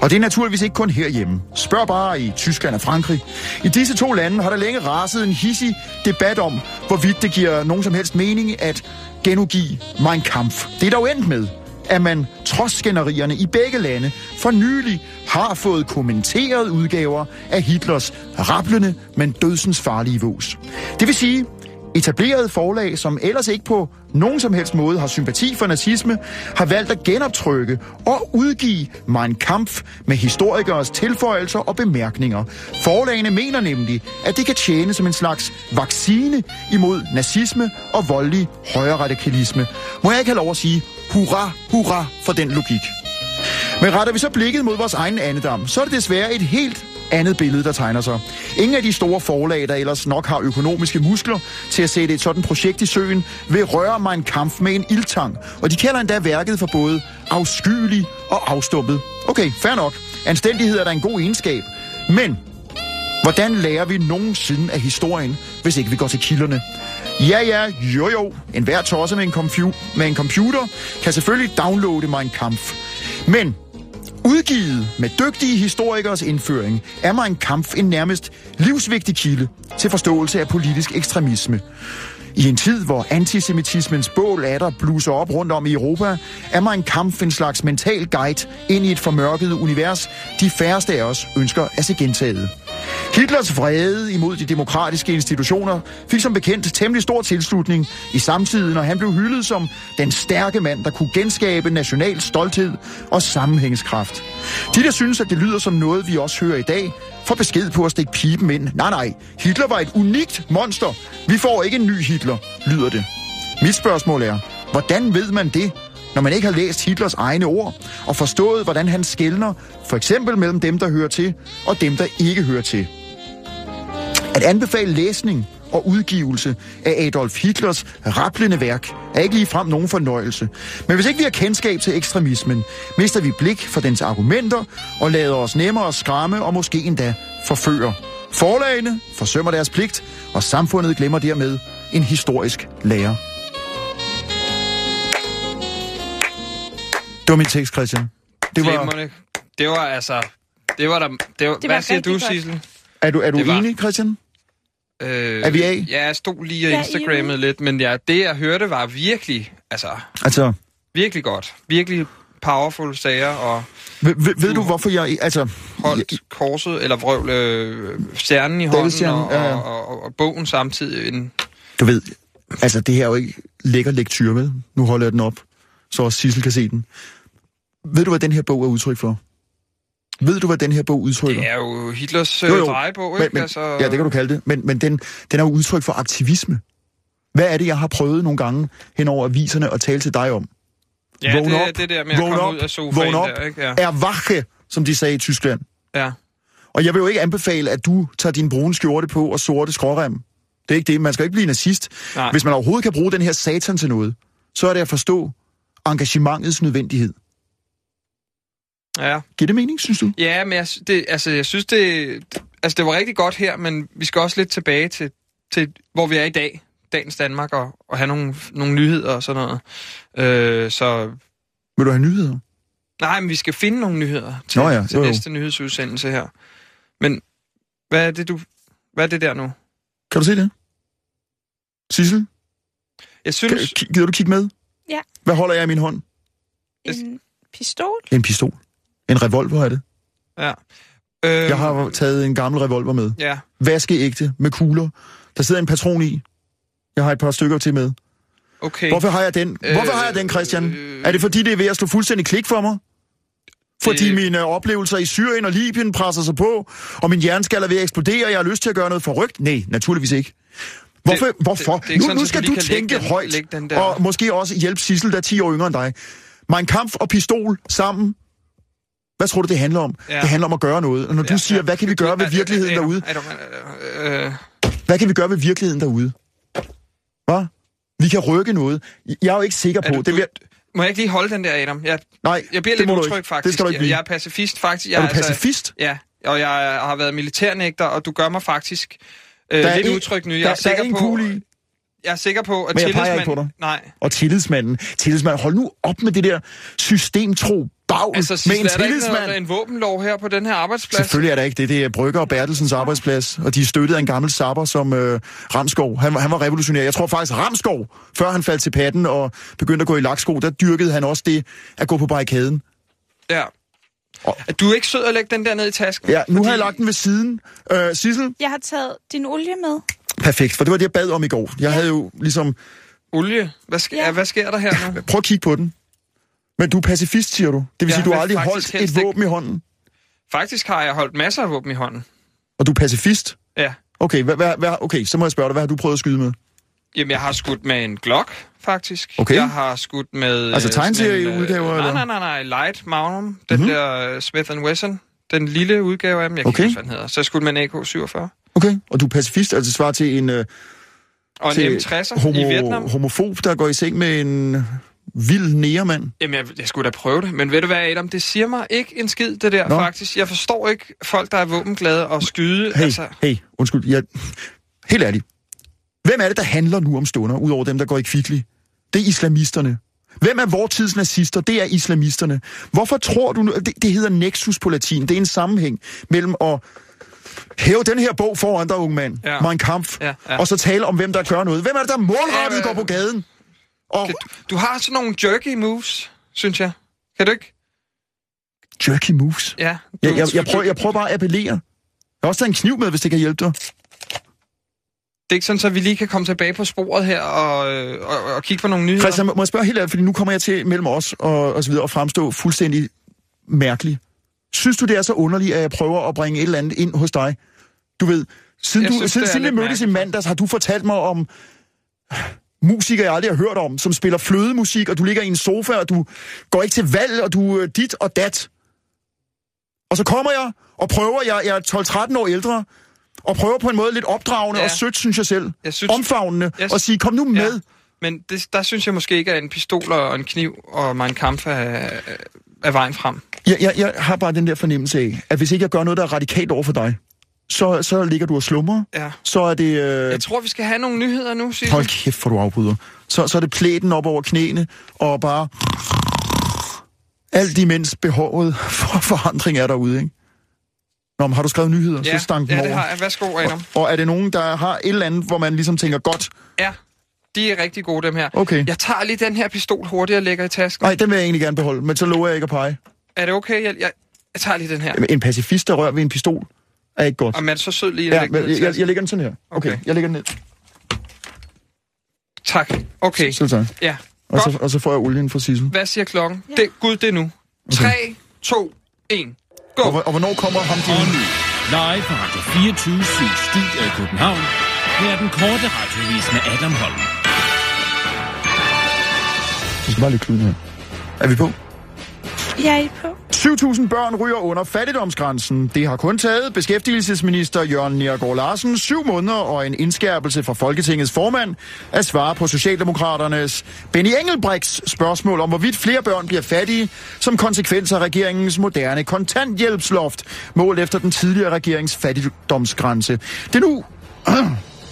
Og det er naturligvis ikke kun herhjemme. Spørg bare i Tyskland og Frankrig. I disse to lande har der længe raset en hissig debat om, hvorvidt det giver nogen som helst mening at genudgive Mein Kampf. Det er dog endt med, at man trods skænderierne i begge lande for nylig har fået kommenterede udgaver af Hitlers rablende, men dødsens farlige vås. Det vil sige, Etablerede forlag, som ellers ikke på nogen som helst måde har sympati for nazisme, har valgt at genoptrykke og udgive Mein Kampf med historikers tilføjelser og bemærkninger. Forlagene mener nemlig, at det kan tjene som en slags vaccine imod nazisme og voldelig højreradikalisme. Må jeg ikke have lov at sige hurra, hurra for den logik? Men retter vi så blikket mod vores egen andedam, så er det desværre et helt andet billede, der tegner sig. Ingen af de store forlag, der ellers nok har økonomiske muskler til at sætte et sådan projekt i søen, vil røre mig en kamp med en ildtang, og de kalder endda værket for både afskyelig og afstumpet. Okay, fair nok. Anstændighed er da en god egenskab. Men Hvordan lærer vi nogensinde af historien, hvis ikke vi går til kilderne? Ja, ja, jo jo. En hver tosser med en, compu- med en computer kan selvfølgelig downloade Mein Kampf. Men udgivet med dygtige historikers indføring, er Mein Kampf en nærmest livsvigtig kilde til forståelse af politisk ekstremisme. I en tid, hvor antisemitismens bål atter bluser op rundt om i Europa, er mig en kamp en slags mental guide ind i et formørket univers, de færreste af os ønsker at se gentaget. Hitlers vrede imod de demokratiske institutioner fik som bekendt temmelig stor tilslutning i samtiden, når han blev hyldet som den stærke mand, der kunne genskabe national stolthed og sammenhængskraft. De, der synes, at det lyder som noget, vi også hører i dag, får besked på at stikke pipen ind. Nej, nej, Hitler var et unikt monster. Vi får ikke en ny Hitler, lyder det. Mit spørgsmål er, hvordan ved man det, når man ikke har læst Hitlers egne ord og forstået, hvordan han skældner, for eksempel mellem dem, der hører til, og dem, der ikke hører til. At anbefale læsning og udgivelse af Adolf Hitlers rapplende værk er ikke ligefrem nogen fornøjelse. Men hvis ikke vi har kendskab til ekstremismen, mister vi blik for dens argumenter og lader os nemmere skræmme og måske endda forføre. Forlagene forsømmer deres pligt, og samfundet glemmer dermed en historisk lærer. Det var min tekst, Christian. Det var,
Glimrende. Det var altså... Det var der... Det var,
Det var
hvad siger
rigtig
du,
godt.
Sissel?
er du, er du
Det var-
enig, Christian?
Øh,
Er vi af?
Ja, jeg stod lige og
Ja, I er
Instagrammede lidt, men ja, det, jeg hørte, var virkelig... Altså,
Altså,
virkelig godt. Virkelig powerful sager og
Ved, ved, ved du, hvorfor jeg... Altså,
holdt korset, eller vrøvl, øh, stjernen i hånden
Davidsstjernen,
og,
ja, ja.
og, og, og, bogen samtidig. En,
du ved, altså det her er jo ikke lækker lektyr, vel? Nu holder jeg den op, så også Sissel kan se den. Ved du, hvad den her bog er udtryk for? Ved du, hvad den her bog udtrykker?
det er jo Hitlers øh, drejebog, ikke? Altså-
Men, men, Ja, det kan du kalde det. Men, men den, den er jo udtryk for aktivisme. Hvad er det, jeg har prøvet nogle gange hen over aviserne at tale til dig om?
ja,
Vågn
det, er
op,
det der med at
vågn
komme
op,
ud af sofaen
vågn op.
der, ikke? Ja.
Er vache, som de sagde i Tyskland.
ja.
Og jeg vil jo ikke anbefale, at du tager din brune skjorte på og sorte skrårem. Det er ikke det. Man skal ikke blive nazist.
Nej.
Hvis man overhovedet kan bruge den her satan til noget, så er det at forstå engagementets nødvendighed.
ja.
Giver det mening, synes du?
Ja, men jeg, sy- det, altså, jeg synes, det, altså, det var rigtig godt her, men vi skal også lidt tilbage til, til hvor vi er i dag, dagens Danmark, og, og have nogle, nogle nyheder og sådan noget. Øh, så
Vil du have nyheder?
nej, men vi skal finde nogle nyheder til,
Nå ja,
til
jo, jo.
næste nyhedsudsendelse her. Men hvad er det, du, hvad er det der nu?
Kan du se det? Sissel,
Jeg
kan-
synes,
k- gider du kigge med?
Ja.
Hvad holder jeg i min hånd?
En pistol?
En pistol. En revolver er det.
ja. Øh,
Jeg har taget en gammel revolver med.
Ja,
Vaskeægte med kugler. Der sidder en patron i. Jeg har et par stykker til med.
okay.
Hvorfor har jeg den? Hvorfor
Øh,
har jeg den, Christian?
øh,
er det fordi, det er ved at slå fuldstændig klik for mig? Fordi
Det-
mine oplevelser i Syrien og Libyen presser sig på, og min hjerneskal er ved at eksplodere, og jeg har lyst til at gøre noget forrygt? Nej, naturligvis ikke. Hvorfor?
Det-
hvorfor?
det- det er ikke
nu,
sådan,
nu
så
skal
vi
du
lige kan lægge
tænke
den-
højt,
lægge den der.
og måske også hjælpe Sissel, der er 10 år yngre end dig. Mein Kampf og pistol sammen. Hvad tror du, det handler om?
Ja.
Det handler om at gøre noget. Og når du siger, hvad kan vi gøre ved virkeligheden
Adam,
derude?
Adam, Adam, øh,
Hvad kan vi gøre ved virkeligheden derude? Hvad? Vi kan rykke noget. Jeg er jo ikke sikker på...
Er du,
det vil... jeg-
Må jeg ikke lige holde den der, Adam? Jeg,
Nej,
jeg bliver
det
lidt
må du
utryg,
ikke.
faktisk.
Det skal du ikke
jeg,
blive.
jeg er pacifist, faktisk. Jeg,
Er du pacifist?
Altså, ja, og jeg har været militærnægter, og du gør mig faktisk øh,
Der er
lidt
en-
utryg nu. Jeg
der-
er
der er
sikker
en
på,
kugle i.
Jeg er sikker på, at
Men jeg peger ikke
tillidsmanden-
på dig.
Nej.
Og tillidsmanden. Tillidsmanden, hold nu op med det der systemtro bagl
Altså,
med
sidst,
en
er der ikke
tillidsmand.
noget, en våbenlov her på den her arbejdsplads?
Selvfølgelig er der ikke det. Det er Brygger og Bertelsens arbejdsplads, og de er støttet af en gammel sapper som øh, Ramskov. Han, var- han var revolutionær. Jeg tror faktisk, Ramskov, før han faldt til patten og begyndte at gå i laksko, der dyrkede han også det at gå på barrikaden.
Ja.
Og-
Er du ikke sød at lægge den der ned i tasken?
Ja, nu Fordi... har jeg lagt den ved siden. Øh, Sissel,
Jeg har taget din olie med.
perfekt, for det var det, jeg bad om i går. Jeg havde jo ligesom...
Olie? Hvad, sk-
Ja.
ja. hvad sker der her nu?
Prøv at kigge på den. Men du er pacifist, siger du. Det vil
Jeg
sige, du har
vil
aldrig
faktisk
holdt
helst
et
ikke-
våben i hånden.
Faktisk har jeg holdt masser af våben i hånden.
Og du er pacifist?
Ja.
Okay, hvad, hvad, hvad, okay, så må jeg spørge dig, hvad har du prøvet at skyde med?
Jamen, jeg har skudt med en Glock, faktisk.
Okay.
Jeg har skudt med...
Altså
øh, sådan en,
tegneserieudgaver,
øh,
eller? Mhm.
Nej, nej, nej, nej. Light Magnum. Den mm-hmm. der øh, Smith Wesson. Den lille udgave af dem. Jeg kan
Okay.
okay. ikke huske, hvad den hedder. Så jeg skudt med en AK-47.
Okay, og du er pacifist, altså svarer til en, øh,
Og en
til
M60'er
homo,
i Vietnam.
homofob, der går i seng med en vild nærmand.
Jamen, jeg, jeg skulle da prøve det. Men ved du hvad, Adam? Det siger mig ikke en skid, det
Nå.
der, Nå. faktisk. Jeg forstår ikke folk, der er våbenglade og skyde.
Hey,
Altså,
hey, undskyld, jeg... Helt ærligt. Hvem er det, der handler nu om stunder, udover dem, der går i kvickly? Det er islamisterne. Hvem er vor tids nazister? Det er islamisterne. Hvorfor tror du nu... Det, det hedder nexus på latin. Det er en sammenhæng mellem at hæve den her bog foran dig, unge mand, ja.
Ja.
Mein Kampf, ja,
Ja,
ja.
ja.
og så tale om, hvem der gør noget. Hvem er det, der målrettet
Ja,
går
ja.
på gaden? Og
du har sådan nogle jerky moves, synes jeg. Kan du ikke?
jerky moves.
Ja. Du,
Jeg, jeg, jeg, prøver, jeg prøver bare at appellere Jeg har også taget en kniv med, hvis det kan hjælpe dig.
Det er ikke sådan, så vi lige kan komme tilbage på sporet her og, øh, og, og kigge på nogle nyheder.
Christian, må må jeg spørge helt ærligt, fordi nu kommer jeg til mellem os og, og så videre og fremstå fuldstændig mærkelig. Synes du, det er så underligt, at jeg prøver at bringe et eller andet ind hos dig? Du ved, siden,
Jeg
du,
synes,
siden,
det er
siden vi
lidt
mødtes i mandags, har du fortalt mig om musikere, jeg aldrig har hørt om, som spiller flødemusik, og du ligger i en sofa, og du går ikke til valg, og du øh, dit og dat. Og så kommer jeg og prøver, jeg, jeg er 12-13 år ældre, og prøver på en måde lidt opdragende
Ja.
ja. og sødt, synes jeg selv,
Jeg
jeg
synes-
synes... omfavnende,
Jeg-
yes. og sige, kom nu med.
Ja. Men det, der synes jeg måske ikke, at en pistol og en kniv og min kamp er, er vejen frem.
Jeg, jeg, jeg har bare den der fornemmelse af, at hvis ikke jeg gør noget, der er radikalt over for dig, så, så ligger du og slumrer.
Ja.
Så er det... Øh,
Jeg tror, vi skal have nogle nyheder nu, Sissel.
hold kæft, hvor du afbryder. Så, så er det plæten op over knæene, og bare... Alt imens behovet for forandring er derude, ikke? Nå, men har du skrevet nyheder?
Ja,
så stank den
ja det
over.
har jeg. Værsgo, Adam.
Og er det nogen, der har et eller andet, hvor man ligesom tænker, godt,
Ja, de er rigtig gode, dem her.
Okay.
Jeg tager lige den her pistol hurtigt og lægger i tasken.
nej, den vil jeg egentlig gerne beholde, men så lover jeg ikke at pege.
Er det okay? Jeg, jeg, jeg tager lige den her.
En pacifist, der rører ved en pistol, er ikke godt.
Og man er så sød lige at
Ja,
lægge den
jeg,
i
jeg,
tasken.
jeg lægger den sådan her. Okay,
Okay.
okay. jeg lægger den ned.
Tak. Okay.
Selv tak.
Ja.
Og
Godt.
så, og så får jeg olien fra Sissel.
Hvad siger klokken? Det, Gud, det er nu. 3, 2, 1. Go.
Og, hvor- og hvornår kommer ham
Og nu,
din...
live fra Radio 24 Studio i København, her er den korte radiovis med Adam Holm.
Jeg skal bare lige kluden her. Er vi på?
Jeg er I på.
7.000 børn ryger under fattigdomsgrænsen. Det har kun taget beskæftigelsesminister Jørgen Nergård Larsen syv måneder og en indskærpelse fra Folketingets formand at svare på Socialdemokraternes Benny Engelbrechts spørgsmål om, hvorvidt flere børn bliver fattige som konsekvens af regeringens moderne kontanthjælpsloft, mål efter den tidligere regerings fattigdomsgrænse. Det er nu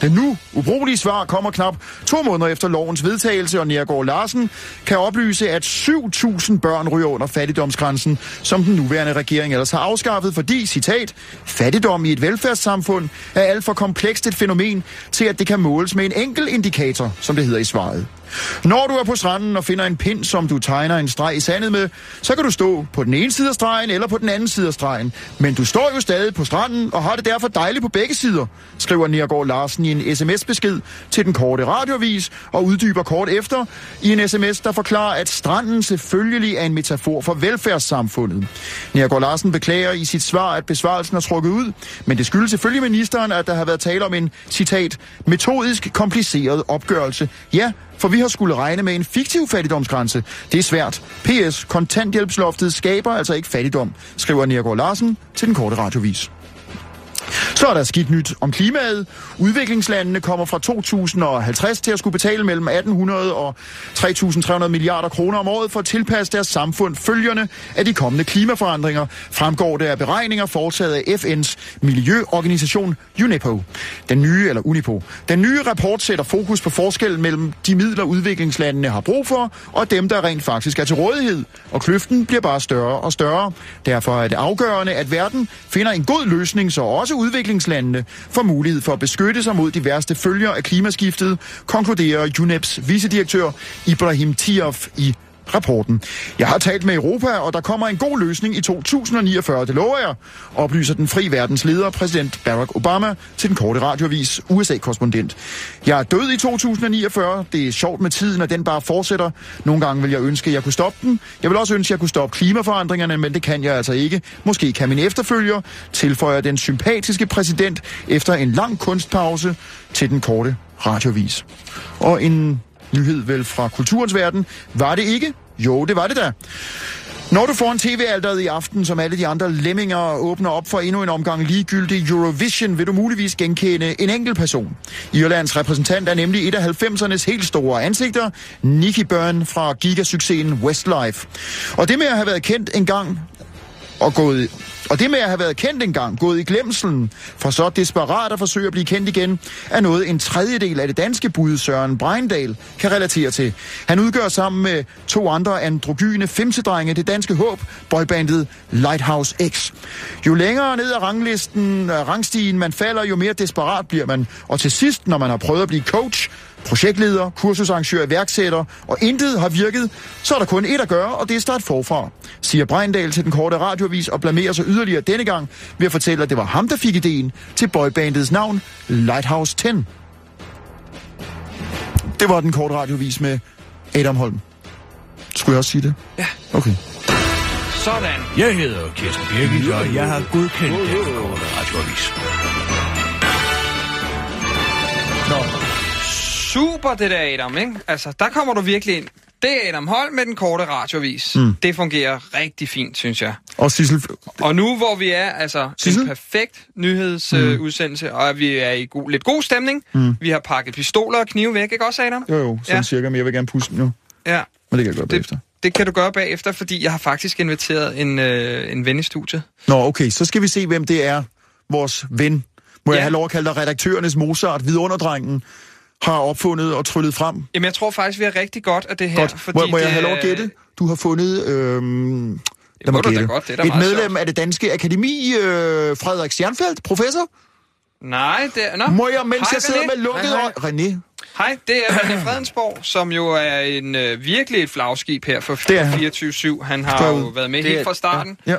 Den nu ubrugelige svar kommer knap to måneder efter lovens vedtagelse, og Nergård Larsen kan oplyse, at 7.000 børn ryger under fattigdomsgrænsen, som den nuværende regering ellers har afskaffet, fordi, citat, fattigdom i et velfærdssamfund er alt for komplekst et fænomen til, at det kan måles med en enkel indikator, som det hedder i svaret. Når du er på stranden og finder en pind, som du tegner en streg i sandet med, så kan du stå på den ene side af stregen eller på den anden side af stregen. Men du står jo stadig på stranden og har det derfor dejligt på begge sider, skriver Nergård Larsen i en sms-besked til den korte radiovis og uddyber kort efter i en sms, der forklarer, at stranden selvfølgelig er en metafor for velfærdssamfundet. Nergård Larsen beklager i sit svar, at besvarelsen er trukket ud, men det skyldes selvfølgelig ministeren, at der har været tale om en, citat, metodisk kompliceret opgørelse. Ja, for vi har skulle regne med en fiktiv fattigdomsgrænse. Det er svært. PS. Kontanthjælpsloftet skaber altså ikke fattigdom, skriver Nergård Larsen til den korte radiovis. Så er der skidt nyt om klimaet. Udviklingslandene kommer fra 2050 til at skulle betale mellem 1800 og 3300 milliarder kroner om året for at tilpasse deres samfund følgerne af de kommende klimaforandringer, fremgår det af beregninger foretaget af FN's miljøorganisation UNEPO. Den nye, eller UNIPO. Den nye rapport sætter fokus på forskellen mellem de midler, udviklingslandene har brug for, og dem, der rent faktisk er til rådighed. Og kløften bliver bare større og større. Derfor er det afgørende, at verden finder en god løsning, så også udviklingslandene får mulighed for at beskytte sig mod de værste følger af klimaskiftet, konkluderer UNEPs vicedirektør Ibrahim Tiof i rapporten. Jeg har talt med Europa, og der kommer en god løsning i 2049, det lover jeg, oplyser den fri verdens leder, præsident Barack Obama, til den korte radiovis USA-korrespondent. Jeg er død i 2049. Det er sjovt med tiden, og den bare fortsætter. Nogle gange vil jeg ønske, at jeg kunne stoppe den. Jeg vil også ønske, at jeg kunne stoppe klimaforandringerne, men det kan jeg altså ikke. Måske kan min efterfølger, tilføjer den sympatiske præsident efter en lang kunstpause til den korte radiovis. Og en nyhed vel fra kulturens verden. Var det ikke? Jo, det var det da. Når du får en tv-alderet i aften, som alle de andre lemminger åbner op for endnu en omgang ligegyldig Eurovision, vil du muligvis genkende en enkelt person. Irlands repræsentant er nemlig et af 90'ernes helt store ansigter, Nicky Byrne fra gigasuccesen Westlife. Og det med at have været kendt engang, og gået og det med at have været kendt engang, gået i glemselen, for så desperat at forsøge at blive kendt igen, er noget en tredjedel af det danske bud, Søren Breindal, kan relatere til. Han udgør sammen med to andre androgyne femsedrenge det danske håb, boybandet Lighthouse X. Jo længere ned ad ranglisten, øh, rangstigen man falder, jo mere desperat bliver man. Og til sidst, når man har prøvet at blive coach, projektleder, kursusarrangør, iværksætter, og intet har virket, så er der kun ét at gøre, og det er start forfra, siger Breindal til den korte radiovis og blamerer sig yderligere denne gang ved at fortælle, at det var ham, der fik ideen til boybandets navn Lighthouse 10. Det var den korte radiovis med Adam Holm. Skulle jeg også sige det? Ja. Okay.
Sådan.
Jeg hedder Kirsten Birgit, og jeg har godkendt den korte radioavis.
Super det der, Adam, ikke? Altså, der kommer du virkelig ind. Det er Adam Holm med den korte radiovis. Mm. Det fungerer rigtig fint, synes jeg.
Og Sissel,
Og nu hvor vi er altså en perfekt nyhedsudsendelse, mm. og vi er i god, lidt god stemning.
Mm.
Mm. Vi har pakket pistoler og knive væk, ikke også, Adam?
Jo, jo, sådan ja.
Ja.
cirka, men jeg vil gerne puste den jo.
Ja,
Men det kan jeg godt bagefter.
det kan du gøre bagefter, fordi jeg har faktisk inviteret en, øh, en ven i studiet.
Nå, okay, så skal vi se, hvem det er, vores ven. Må ja. jeg
Ja.
have lov at kalde dig redaktørernes Mozart, vidunderdrengen, har opfundet og tryllet frem.
Jamen, jeg tror faktisk, vi er rigtig godt af det her.
Godt. Må, må jeg have lov at gætte? Du har fundet... Øhm, lad
må
mig
du da
gætte.
godt, det er da
Et
meget
medlem
sjovt.
af det danske akademi, øh, Frederik Stjernfeldt, professor.
Nej, det er... Nå.
Må jeg, mens
Hej,
jeg sidder
René.
med lukket
Hej, hej.
øjne... René,
Hej, det er René Fredensborg, som jo er en øh, virkelig et flagskib her for
Det er han.
24-7. Han har
Derude.
jo været med
Det er-
helt fra starten.
ja.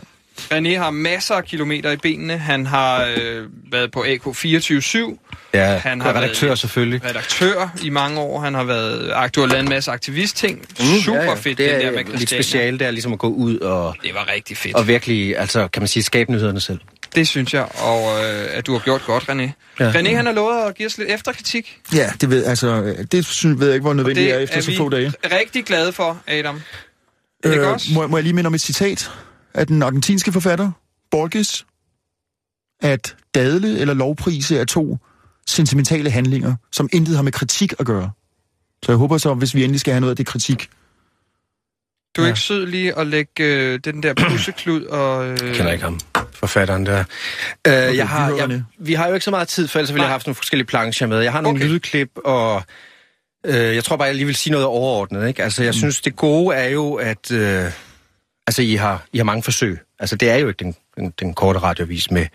René har masser af kilometer i benene. Han har øh, været på AK 24-7.
Ja,
Han
han
har
har
været
redaktør
lidt-
selvfølgelig.
Redaktør i mange år. Han har været aktuel lavet en masse aktivistting.
Mm,
Super
ja, ja.
fedt,
det
det,
er
der med
Lidt
Christiania.
speciale, der ligesom at gå ud og...
Det var rigtig fedt.
Og virkelig, altså, kan man sige, skabe nyhederne selv.
Det synes jeg, og øh, at du har gjort godt, René. Ja. René, han har lovet at give os lidt efterkritik.
Ja, det ved, altså, øh, det synes, ved jeg ikke, hvor nødvendigt det er efter så
vi
få dage.
rigtig glade for, Adam.
Øh, må, jeg- må jeg lige minde om et citat af den argentinske forfatter, Borges, at dadle eller lovprise er to sentimentale handlinger, som intet har med kritik at gøre. Så jeg håber så, hvis vi endelig skal have noget af det
Øh,
kritik.
Du er ja. ikke sød lige at lægge øh, den der pusseklud og... Øh,
Jeg kender ikke ham, forfatteren der. Øh, okay, jeg har, jeg, vi har jo ikke så meget tid, for ellers ville jeg have haft nogle forskellige plancher med. Jeg har nogle okay. lydklip, og øh, jeg tror bare, jeg lige vil sige noget overordnet. Ikke? Altså, jeg mm. synes, det gode er jo, at øh, altså, I, har, I har mange forsøg. Altså, det er jo ikke den, den, den korte radiovis med,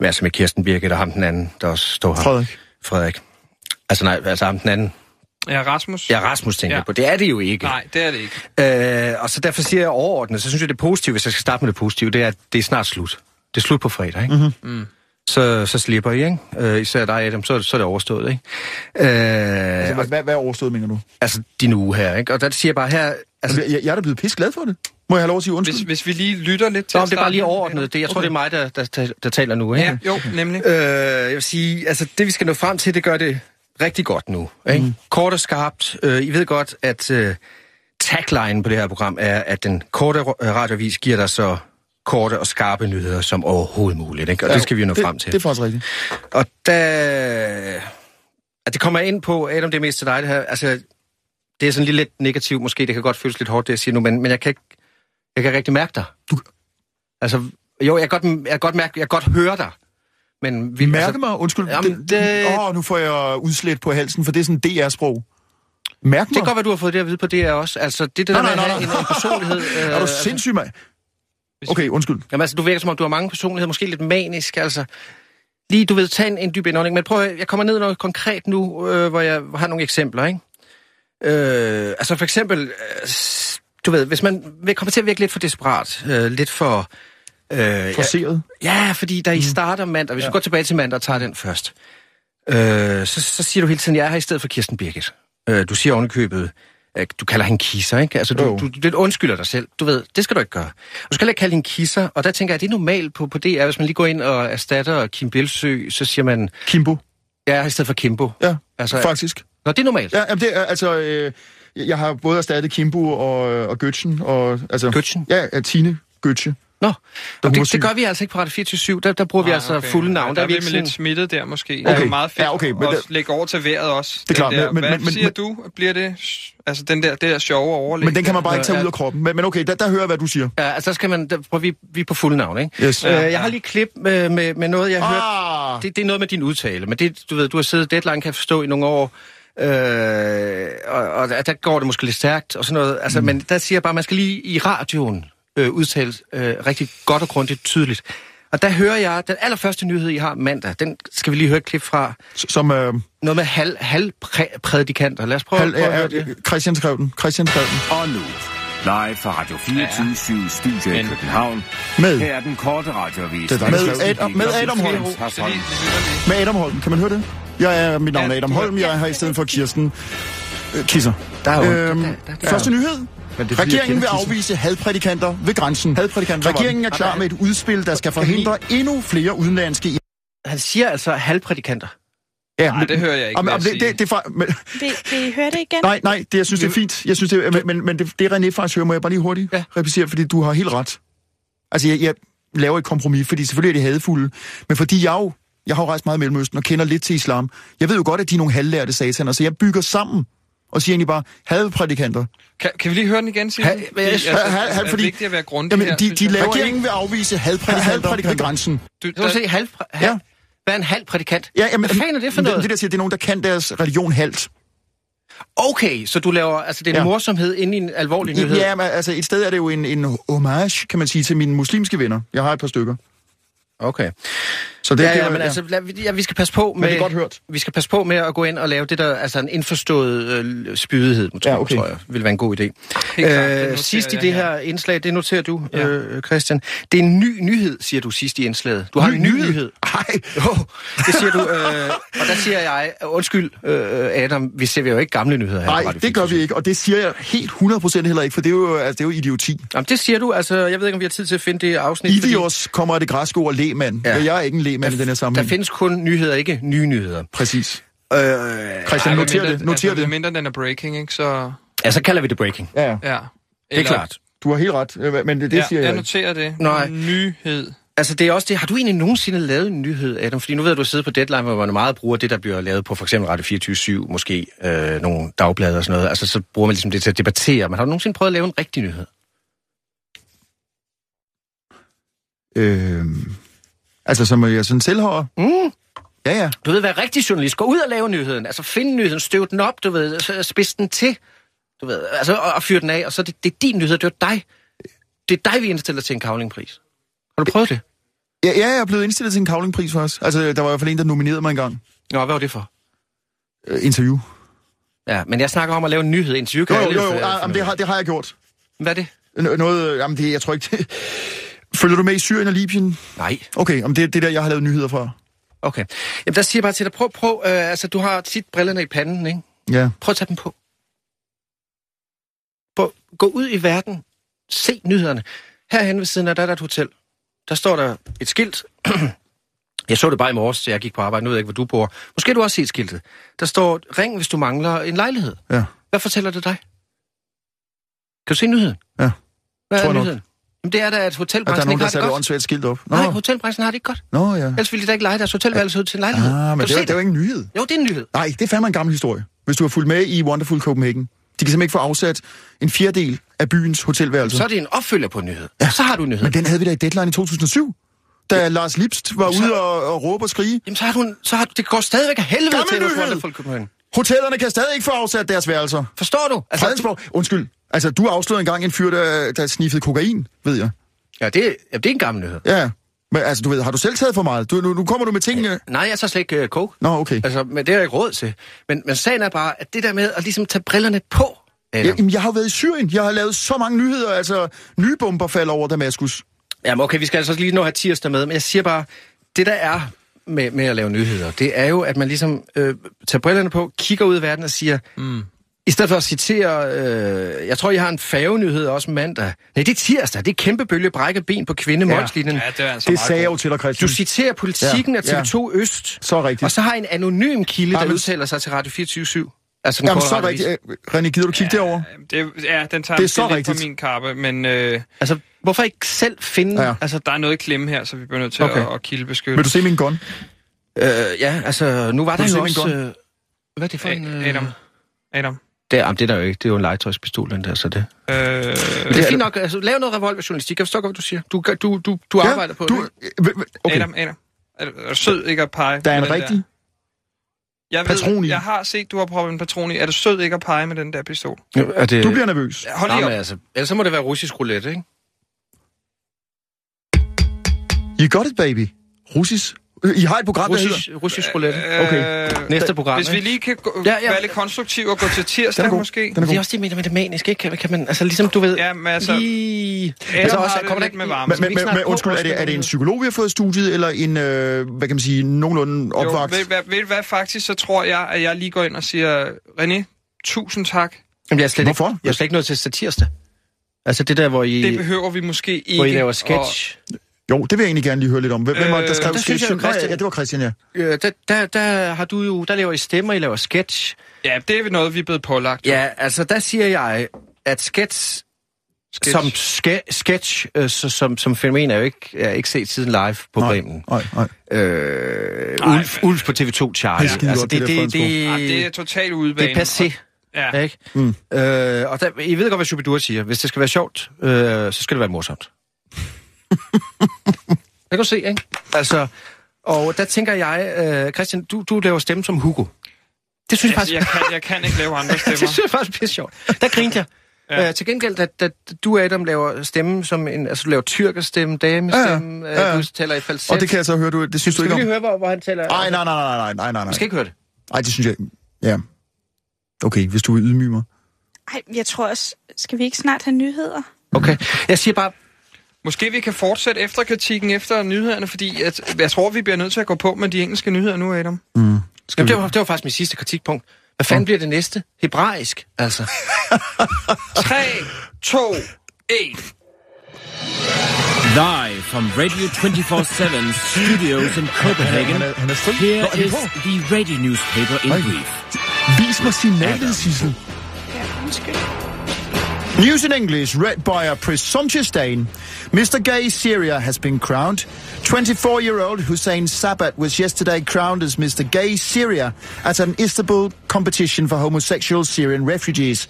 med, altså med Kirsten Birgit og ham den anden, der også står her.
Frederik.
Frederik. Altså nej, altså ham den anden.
Ja, Rasmus.
Ja, Rasmus tænker
Ja.
ja. på. Det er det jo ikke.
Nej, det er det ikke.
Øh, og så derfor siger jeg overordnet, så synes jeg, det positive, hvis jeg skal starte med det positive, det er, at det er snart slut. Det er slut på fredag, ikke? Mm-hmm.
Mm.
Så, så slipper I, ikke? Øh, især dig, Adam, så, så er det overstået, ikke? Øh,
Altså,
altså,
hvad, hvad, hvad er overstået, mener du?
altså din uge her, ikke? Og der siger jeg bare her... Altså,
jeg, jeg er da blevet pisse glad for det. Må jeg have lov at sige undskyld?
Hvis, hvis vi lige lytter lidt til
Nå,
at
men det er bare
starte
lige
med,
overordnet. Det, jeg tror, okay. det er mig, der, der, der, der taler nu, ikke?
Ja, jo, nemlig.
Øh, jeg vil sige, altså det vi skal nå frem til, det gør det rigtig godt nu. Ikke? Mm. Kort og skarpt. Øh, I ved godt, at øh, tagline på det her program er, at den korte ra- radiovis giver dig så korte og skarpe nyheder som overhovedet muligt. Ikke? Og ja, det skal vi jo nå
det,
frem til.
Det er faktisk rigtigt.
Og der... Øh, At det kommer jeg ind på, Adam, det er mest til dig det her. Altså, det er sådan lige lidt negativt måske. Det kan godt føles lidt hårdt, det jeg siger nu, men, men jeg kan ikke... Jeg kan rigtig mærke dig. Du... Altså, jo, jeg kan godt, jeg kan godt mærke... Jeg kan godt høre dig. Men vi...
Mærke
altså,
mig, undskyld.
Jamen,
Jamen, det...
det-
Åh, nu får jeg udslæt på halsen, for det er sådan DR-sprog. Mærk
Det
mig.
kan godt være, du har fået det at vide på DR også. Altså, det, er
Nej,
det der med
nej,
at
nej,
have
nej.
en, en personlighed...
Er
øh,
du
altså-
sindssyg, mand? Okay, undskyld.
Jamen altså, du virker som om, du har mange personligheder, måske lidt manisk, altså. Lige, du ved, tag en, en dyb indånding, men prøv at, jeg kommer ned i noget konkret nu, øh, hvor jeg har nogle eksempler, ikke? Øh, altså for eksempel, øh, s- du ved, hvis man vil- kommer til at virke lidt for desperat, øh, lidt for... Øh,
Forseret?
Ja, ja, fordi da I
Mm.
starter mandag, hvis ja. vi går tilbage til mandag og tager den først, øh, så, så siger du hele tiden, jeg er her i stedet for Kirsten Birgit. Øh, du siger ovenikøbet, øh, du kalder hende kisser, ikke? Altså, du, du, du lidt undskylder dig selv. Du ved, det skal du ikke gøre. Og du skal heller ikke kalde hende kisser, og der tænker jeg, det er normalt på, på DR, hvis man lige går ind og erstatter Kim Belsø, så siger man...
Kimbo.
Jeg er her i stedet for Kimbo. Altså,
Ja, faktisk.
Nå, det er normalt.
Ja, jamen det er altså... Øh, jeg har både erstattet Kimbo og, øh, og Gøtchen. Og, altså,
Gøtchen?
Ja, ja, Tine Gøtche.
Nå,
hun
Og
var
det,
syg.
det gør vi altså ikke på Radio 24-7, der, der bruger vi altså okay. fulde navn.
Ah, Der, der er
vi
vi
ikke
med
sådan-
lidt smittet der måske. Okay.
Okay.
Det er jo meget fedt
Ja, okay, men
at
det-
lægge over til vejret også.
Det er klart,
Den der,
men-
Hvad
men- men-
siger
men-
du? Bliver det altså den der, det der sjove overlæg?
Men den kan man bare ikke tage ud af kroppen. Men, men okay, der, der hører jeg, hvad du siger.
Ja, altså der skal man, der, prøv, vi, vi er på fuld navn, ikke?
Yes.
Øh,
Ja,
jeg
ja.
har lige et klip med, med, med noget, jeg har
ah. hørt.
Det, det er noget med din udtale, men det, du ved, du har siddet deadline, kan jeg forstå, i nogle år, øh, og, og der der går det måske lidt stærkt og sådan noget. Altså, mm. Men der siger jeg bare, at man skal lige i radioen øh, udtale øh, rigtig godt og grundigt tydeligt. Og der hører jeg, den allerførste nyhed, I har mandag, den skal vi lige høre et klip fra.
Som... Øh...
Noget med hal, halvprædikanter. Lad os prøve,
Hal,
prøve at høre
øh,
det.
øh, Christian skrev den. Christian skrev den.
Og nu, live fra Radio 24 ja. Studio i København.
Med.
Her er den korte radiovis.
Det er dig, der skrev den. Med Adam Holm. Med Adam Holm. Kan man høre det? Jeg er, mit navn er Adam Holm. Jeg er her i stedet for Kirsten øh, Kisser.
Der er jo-
øhm,
der- der- der-
første nyhed.
Men det er fordi, jeg
Regeringen
kender
vil
Kisser.
afvise hadprædikanter ved grænsen.
Hadprædikanter,
Regeringen er
hvor-
klar med et udspil, der skal forhindre endnu flere udenlandske...
Han siger altså halvprædikanter.
Ja,
Nej, det hører jeg ikke,
Om,
vil jeg
om, det,
sige.
det, det er fra, men,
Vil, vil I høre det igen?
nej, nej, det, jeg synes, det er fint. Jeg synes, det, er- men, men, men det, det er René faktisk hører, må jeg bare lige hurtigt ja. replicere, fordi du har helt ret. Altså, jeg, jeg laver et kompromis, fordi selvfølgelig er det hadfulde, men fordi jeg jo, jeg har jo rejst meget i Mellemøsten og kender lidt til islam. Jeg ved jo godt, at de er nogle halvlærte sataner, så jeg bygger sammen og siger egentlig bare, hadprædikanter.
Kan, kan vi lige høre den igen, Simon?
Ha-
Fordi,
men jeg-
altså,
ha- ha-
det er
fordi-
vigtigt at være grundig
Jamen,
her,
de,
synes
de
jeg.
laver
Regeringen-
Regeringen vil afvise hadprædikanter ved grænsen.
Du,
Så vil
der,
se, halv, halv,
Ja.
hvad er en halvprædikant?
Ja, jamen,
hvad fanden er det for noget?
Det, der siger, det er nogen, der kan deres religion halvt.
Okay, så du laver, altså det er en
Ja.
morsomhed inde i en alvorlig nyhed.
Ja, men altså, et sted er det jo en, en homage, kan man sige, til mine muslimske venner. Jeg har et par stykker.
Okay.
Så det
ja,
kan
ja,
jo-
men
ja.
altså, lad, ja, vi skal passe på med...
det er godt hørt.
Vi skal passe på med at gå ind og lave det der, altså en indforstået øh, spydighed, tror,
Ja, okay.
tror jeg, vil være en god idé.
Helt klart, det noterer
øh, sidst i
jeg
det
her.
her indslag, det noterer du, ja. øh, Christian. Det er en ny nyhed, siger du sidst i indslaget. Du har en ny nyhed.
Ej,
Jo, det siger du. Øh, og der siger jeg, undskyld øh, Adam, vi ser jo ikke gamle nyheder her. på
nej,
Radio
det gør
24syv.
vi ikke, og det siger jeg helt 100% heller ikke, for det er jo, altså, det er jo idioti.
Jamen, det siger du, altså, jeg ved ikke, om vi har tid til at finde det afsnit. fordi
Idios kommer af det græske ord lægmand.
Ja.
Ja. Jeg er ikke en lægmand i den her
Der
sammenhæng.
findes kun nyheder, ikke nye nyheder.
Præcis.
Øh,
Christian,
Ej,
noter
medmindre-
det. Noter
altså,
det.
Mindre Altså, den er breaking, ikke? Så...
ja, så kalder vi det breaking.
Ja, ja.
Ja. Eller,
Det er klart.
Du har helt ret, øh, men det, det
ja,
siger
jeg
jeg ikke.
noterer det.
Nej.
Nyhed.
Altså, det er også det. Har du egentlig nogensinde lavet en nyhed, Adam? Fordi nu ved jeg, du sidder på Deadline, hvor man meget bruger det, der bliver lavet på for eksempel Radio 24-7, måske øh, nogle dagblade og sådan noget. Altså, så bruger man ligesom det til at debattere. Men har du nogensinde prøvet at lave en rigtig nyhed?
Øhm, altså, som jeg sådan selv har...
Mm.
Ja, ja.
Du ved, hvad rigtig journalist går ud og lave nyheden. Altså, find nyheden, støv den op, du ved, så spids den til. Du ved, altså, og, og fyr den af, og så er det, det er din nyhed, det er dig. Det er dig, vi indstiller til en kavlingpris. Har du prøvet det?
Ja, ja, jeg er blevet indstillet til en kavlingpris for os. Altså, der var i hvert fald en, der nominerede mig engang.
Nå, hvad var det for?
Øh, interview.
Ja, men jeg snakker om at lave en nyhed. Interview
Jo,
kan
jo,
alle
jo, jo.
finde
Ja, jamen,
ud
det,
af.
har, det har jeg gjort.
Hvad er det?
N- noget, øh, jamen det, jeg tror ikke det. Følger du med i Syrien og Libyen?
Nej.
Okay, om det er det der, jeg har lavet nyheder fra.
Okay. Jamen, der siger jeg bare til dig, prøv, prøv, øh, altså, du har tit brillerne i panden, ikke?
Ja.
Prøv at tage dem på. Prøv, gå ud i verden. Se nyhederne. Herhen ved siden af, der er der et hotel. Der står der et skilt. jeg så det bare i morges, så jeg gik på arbejde. Nu ved jeg ikke, hvor du bor. Måske har du også set skiltet. Der står, ring, hvis du mangler en lejlighed.
Ja.
Hvad fortæller det dig? Kan du se nyheden?
Ja. Tror
Hvad er
jeg nok.
nyheden? Jamen, det er da, at
At der er
hotelbranchen
nogen,
ikke
der
har det
satte et
godt.
åndssvagt skilt op. Nå,
Nej, hotelbranchen har det ikke godt.
Nå ja.
Ellers ville de da ikke lege deres hotelværelse ud til en lejlighed.
Ah, men
Kan du
det
se
var, det var ikke en nyhed.
Jo, det er en nyhed.
Nej, det er fandme en gammel historie. Hvis du har fulgt med i Wonderful Copenhagen. De kan simpelthen ikke få afsat en fjerdedel af byens hotelværelse.
Så er det en opfølger på en nyhed. Ja. Så har du en nyhed.
Men den havde vi da i Deadline i 2007, da Lars Lipst var
så-
ude og, og råbe og skrige.
Jamen, så har du en, så har, du- det går stadigvæk af helvede
Gammel
til, at du
nyhed!
får Wonderful Copenhagen.
Hotellerne kan stadig ikke få afsat deres værelser.
Forstår du? Altså,
Fredensborg, undskyld. Altså, du afslørede engang en fyr, der, der sniffede kokain, ved jeg.
ja, det, er- ja, det er en gammel nyhed.
Ja, men altså, du ved, har du selv taget for meget? Du, nu, nu kommer du med tingene...
Nej, jeg tager slet ikke uh, coke.
Nå, okay.
Altså, men det har jeg ikke råd til. Men, men sagen er bare, at det der med at ligesom tage brillerne på, Adam.
Ja, jamen, jeg har jo været i Syrien. Jeg har lavet så mange nyheder. Altså, nye bomber falder over Damaskus.
Jamen okay, vi skal altså også lige nå at have tirsdag med, men jeg siger bare, det der er med, med at lave nyheder, det er jo, at man ligesom øh, tager brillerne på, kigger ud i verden og siger, mm. i stedet for at citere, øh, jeg tror, jeg har en færgenyhed også mandag. Nej, det er tirsdag, det er kæmpe bølge, brækket ben på kvinde, ja.
Ja, det er altså
Det
meget
sagde jeg
godt.
jo til dig,
Du
Christian.
citerer politikken ja.
Ja,
af TV2 Øst,
Så rigtigt.
og så har jeg en anonym kilde,
Ja,
der
men-
udtaler sig til Radio 24-7. Altså, den
Jamen,
korte
så
radioavis.
rigtigt. Øh, René, gider du kigge ja. derover?
Jamen, Øhm, Det, ja, den tager
Det er
det er
så
lidt på
rigtigt.
min kappe, men øh,
Altså, hvorfor ikke selv finde... Ja.
Ja.
Altså,
der er noget i klemme her, så vi bliver nødt til
Okay.
okay. at, at kildebeskytte.
Vil du se min gun?
øh, ja, altså, nu var
Kan
der
du
jo
se
også...
min
Øh, hvad er det for en...
A-
Øh,
Adam. Adam.
Det, jamen, det er der jo ikke. Det er jo en legetøjspistol, den der, så det...
Øh,
Men det er
det-
fint nok. Altså, lav noget revolverjournalistik. Jeg forstår godt, hvad du siger. Du, gør- du, du, du arbejder på
du...
det.
øh, v- v- Okay,
Adam, Adam. Er du, er du sød ikke at pege?
der er
med
en
den
rigtig...
Jeg
Patron i.
Jeg har set, du har proppet en patron i. Er du sød ikke at pege med den der pistol?
Jo, Er det...
Du bliver nervøs.
Ja, Hold
Nå,
lige op.
men altså, ellers så må det være russisk roulette, ikke?
You got it, baby. Russisk. Øh, I har et program,
russisk,
der hedder...
Russisk roulette. Okay. Øh, Næste program,
Hvis vi
ikke?
lige kan gå, ja, ja. være lidt konstruktive og gå til tirsdag
Den er god.
måske.
Men det er også det, jeg mener med det maniske, ikke? Kan, kan man, altså ligesom du ved...
Ja, men altså...
Lige...
Adam
Altså
har
også,
det
kommer der
lidt
ikke
med varme.
Men,
Skal vi
men,
ikke
men,
snakke
men undskyld, er det, er det en psykolog, vi har fået i studiet, eller en, øh, hvad kan man sige, nogenlunde
Jo,
opvagt?
ved, ved, ved du hvad, faktisk så tror jeg, at jeg lige går ind og siger, René, tusind tak.
Jamen, jeg er slet
Hvorfor?
Ikke, jeg er slet ikke nået til satirste. Altså det der, hvor I...
Det behøver vi måske ikke.
hvor I laver sketch.
Jo, det vil jeg egentlig gerne lige høre lidt om. Hvem, hvem var det, der
Øh,
skrev
der synes jeg
sketchen?
jo,
Nå, ja,
Christian-
ja, det var Christian, ja.
Øh, der, der, der, har du jo, der laver I stemmer, I laver sketch.
Og, ja, det er noget, vi er blevet pålagt.
Ja, altså der siger jeg, at sketch,
Sketch.
sketch. Altså, som ske, sketch, øh, så, som, som fænomen er jo ikke, er ikke set siden live på Bremen.
Nej, nej.
Øh, Ulf, Ulf på TV2 Charlie.
Det er skide godt, det der franske
Ja, Ah, det er totalt udebane.
det er passé.
Ja.
Ja. Ikke? Mm. Øh, og der, I ved godt, hvad Shubidua siger. Hvis det skal være sjovt, øh, så skal det være morsomt. det kan du se, ikke? Altså, og der tænker jeg, øh, Christian, du, du laver stemme som Hugo. Det synes jeg
Altså,
faktisk...
jeg, kan, jeg kan ikke lave andre
det synes
stemmer.
jeg faktisk bliver sjovt. Der grinte jeg. Ja. Øh, til gengæld, at, at du, Adam, laver stemme som en... Altså, du laver tyrkerstemme, damestemme, ja,
Ja, ja.
ja.
Ja, ja.
Øh, du taler i falset.
Og det kan jeg så høre, du, det synes du
Skal vi
ikke om?
lige høre, hvor, hvor han taler?
Nej, nej, nej, nej, nej, nej, nej,
Vi
nej.
skal ikke høre det.
Ej, det synes jeg... Ja. Okay, hvis du vil ydmyge mig.
Ej, jeg tror også, skal vi ikke snart have nyheder?
Okay. Jeg siger bare,
Måske vi kan fortsætte efter kritikken efter nyhederne, fordi at, jeg tror, vi bliver nødt til at gå på med de engelske nyheder nu, Adam.
Mm.
Jamen, det, var, det var faktisk min sidste kritikpunkt. Hvad fanden bliver det næste? Hebraisk, altså.
3, 2, 1.
Live from Radio 24-7's studios in Copenhagen,
Han er- han er fuld.
here
Nå, er han
is
på?
the radio newspaper in
Ej.
brief.
Vis mig signalet, Sissel. News in English, read by a presumptuous Dane. Mr. Gay Syria has been crowned. 24 year old Hussein Sabat was yesterday crowned as Mr. Gay Syria at an Istanbul competition for homosexual Syrian refugees.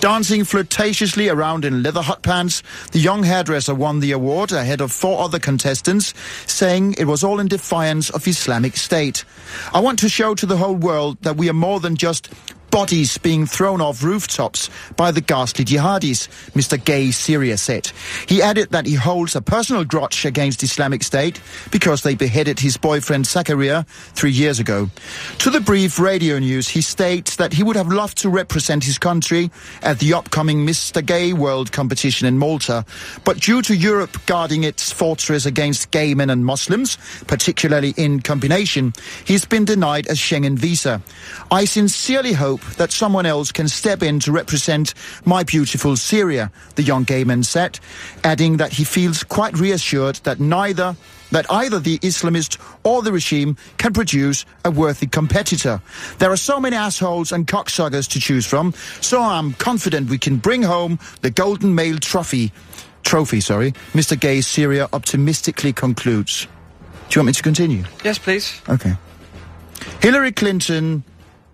Dancing flirtatiously around in leather hot pants, the young hairdresser won the award ahead of four other contestants, saying it was all in defiance of Islamic State. I want to show to the whole world that we are more than just bodies being thrown off rooftops by the ghastly jihadis, Mr. Gay Syria said. He added that he holds a personal grudge against Islamic State because they beheaded his boyfriend Zakaria three years ago. To the brief radio news, he states that he would have loved to represent his country at the upcoming Mr. Gay World competition in Malta, but due to Europe guarding its fortress against gay men and Muslims, particularly in combination, he's been denied a Schengen visa. I sincerely hope that someone else can step in to represent my beautiful Syria, the young gay man said, adding that he feels quite reassured that neither that either the Islamist or the regime can produce a worthy competitor. There are so many assholes and cocksuckers to choose from, so I'm confident we can bring home the golden male trophy. Trophy, sorry. Mr. Gay Syria optimistically concludes. Do you want me to continue?
Yes, please.
Okay. Hillary Clinton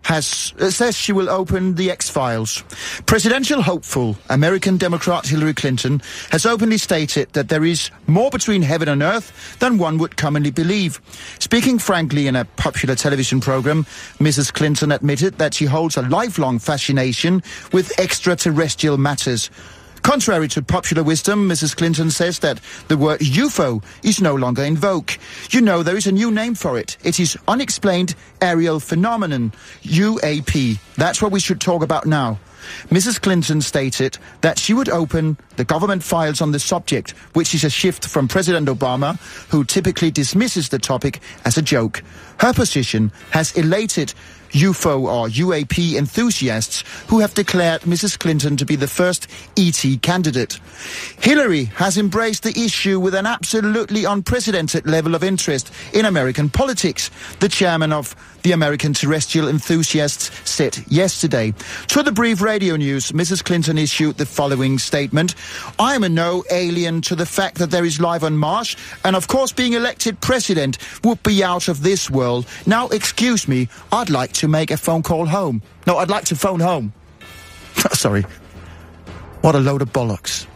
has uh, says she will open the X-Files. Presidential hopeful American Democrat Hillary Clinton has openly stated that there is more between heaven and earth than one would commonly believe. Speaking frankly in a popular television program, Mrs. Clinton admitted that she holds a lifelong fascination with extraterrestrial matters. Contrary to popular wisdom, Mrs. Clinton says that the word UFO is no longer in vogue. You know, there is a new name for it. It is Unexplained Aerial Phenomenon, UAP. That's what we should talk about now. Mrs. Clinton stated that she would open the government files on the subject, which is a shift from President Obama, who typically dismisses the topic as a joke. Her position has elated UFO or UAP enthusiasts who have declared Mrs. Clinton to be the first ET candidate. Hillary has embraced the issue with an absolutely unprecedented level of interest in American politics, the chairman of the American Terrestrial Enthusiasts said yesterday. To the brief radio news, Mrs. Clinton issued the following statement I am a no alien to the fact that there is life on Mars, and of course, being elected president would be out of this world. Now, excuse me, I'd like to make a phone call home. No, I'd like to phone home. Sorry. What a load of bollocks.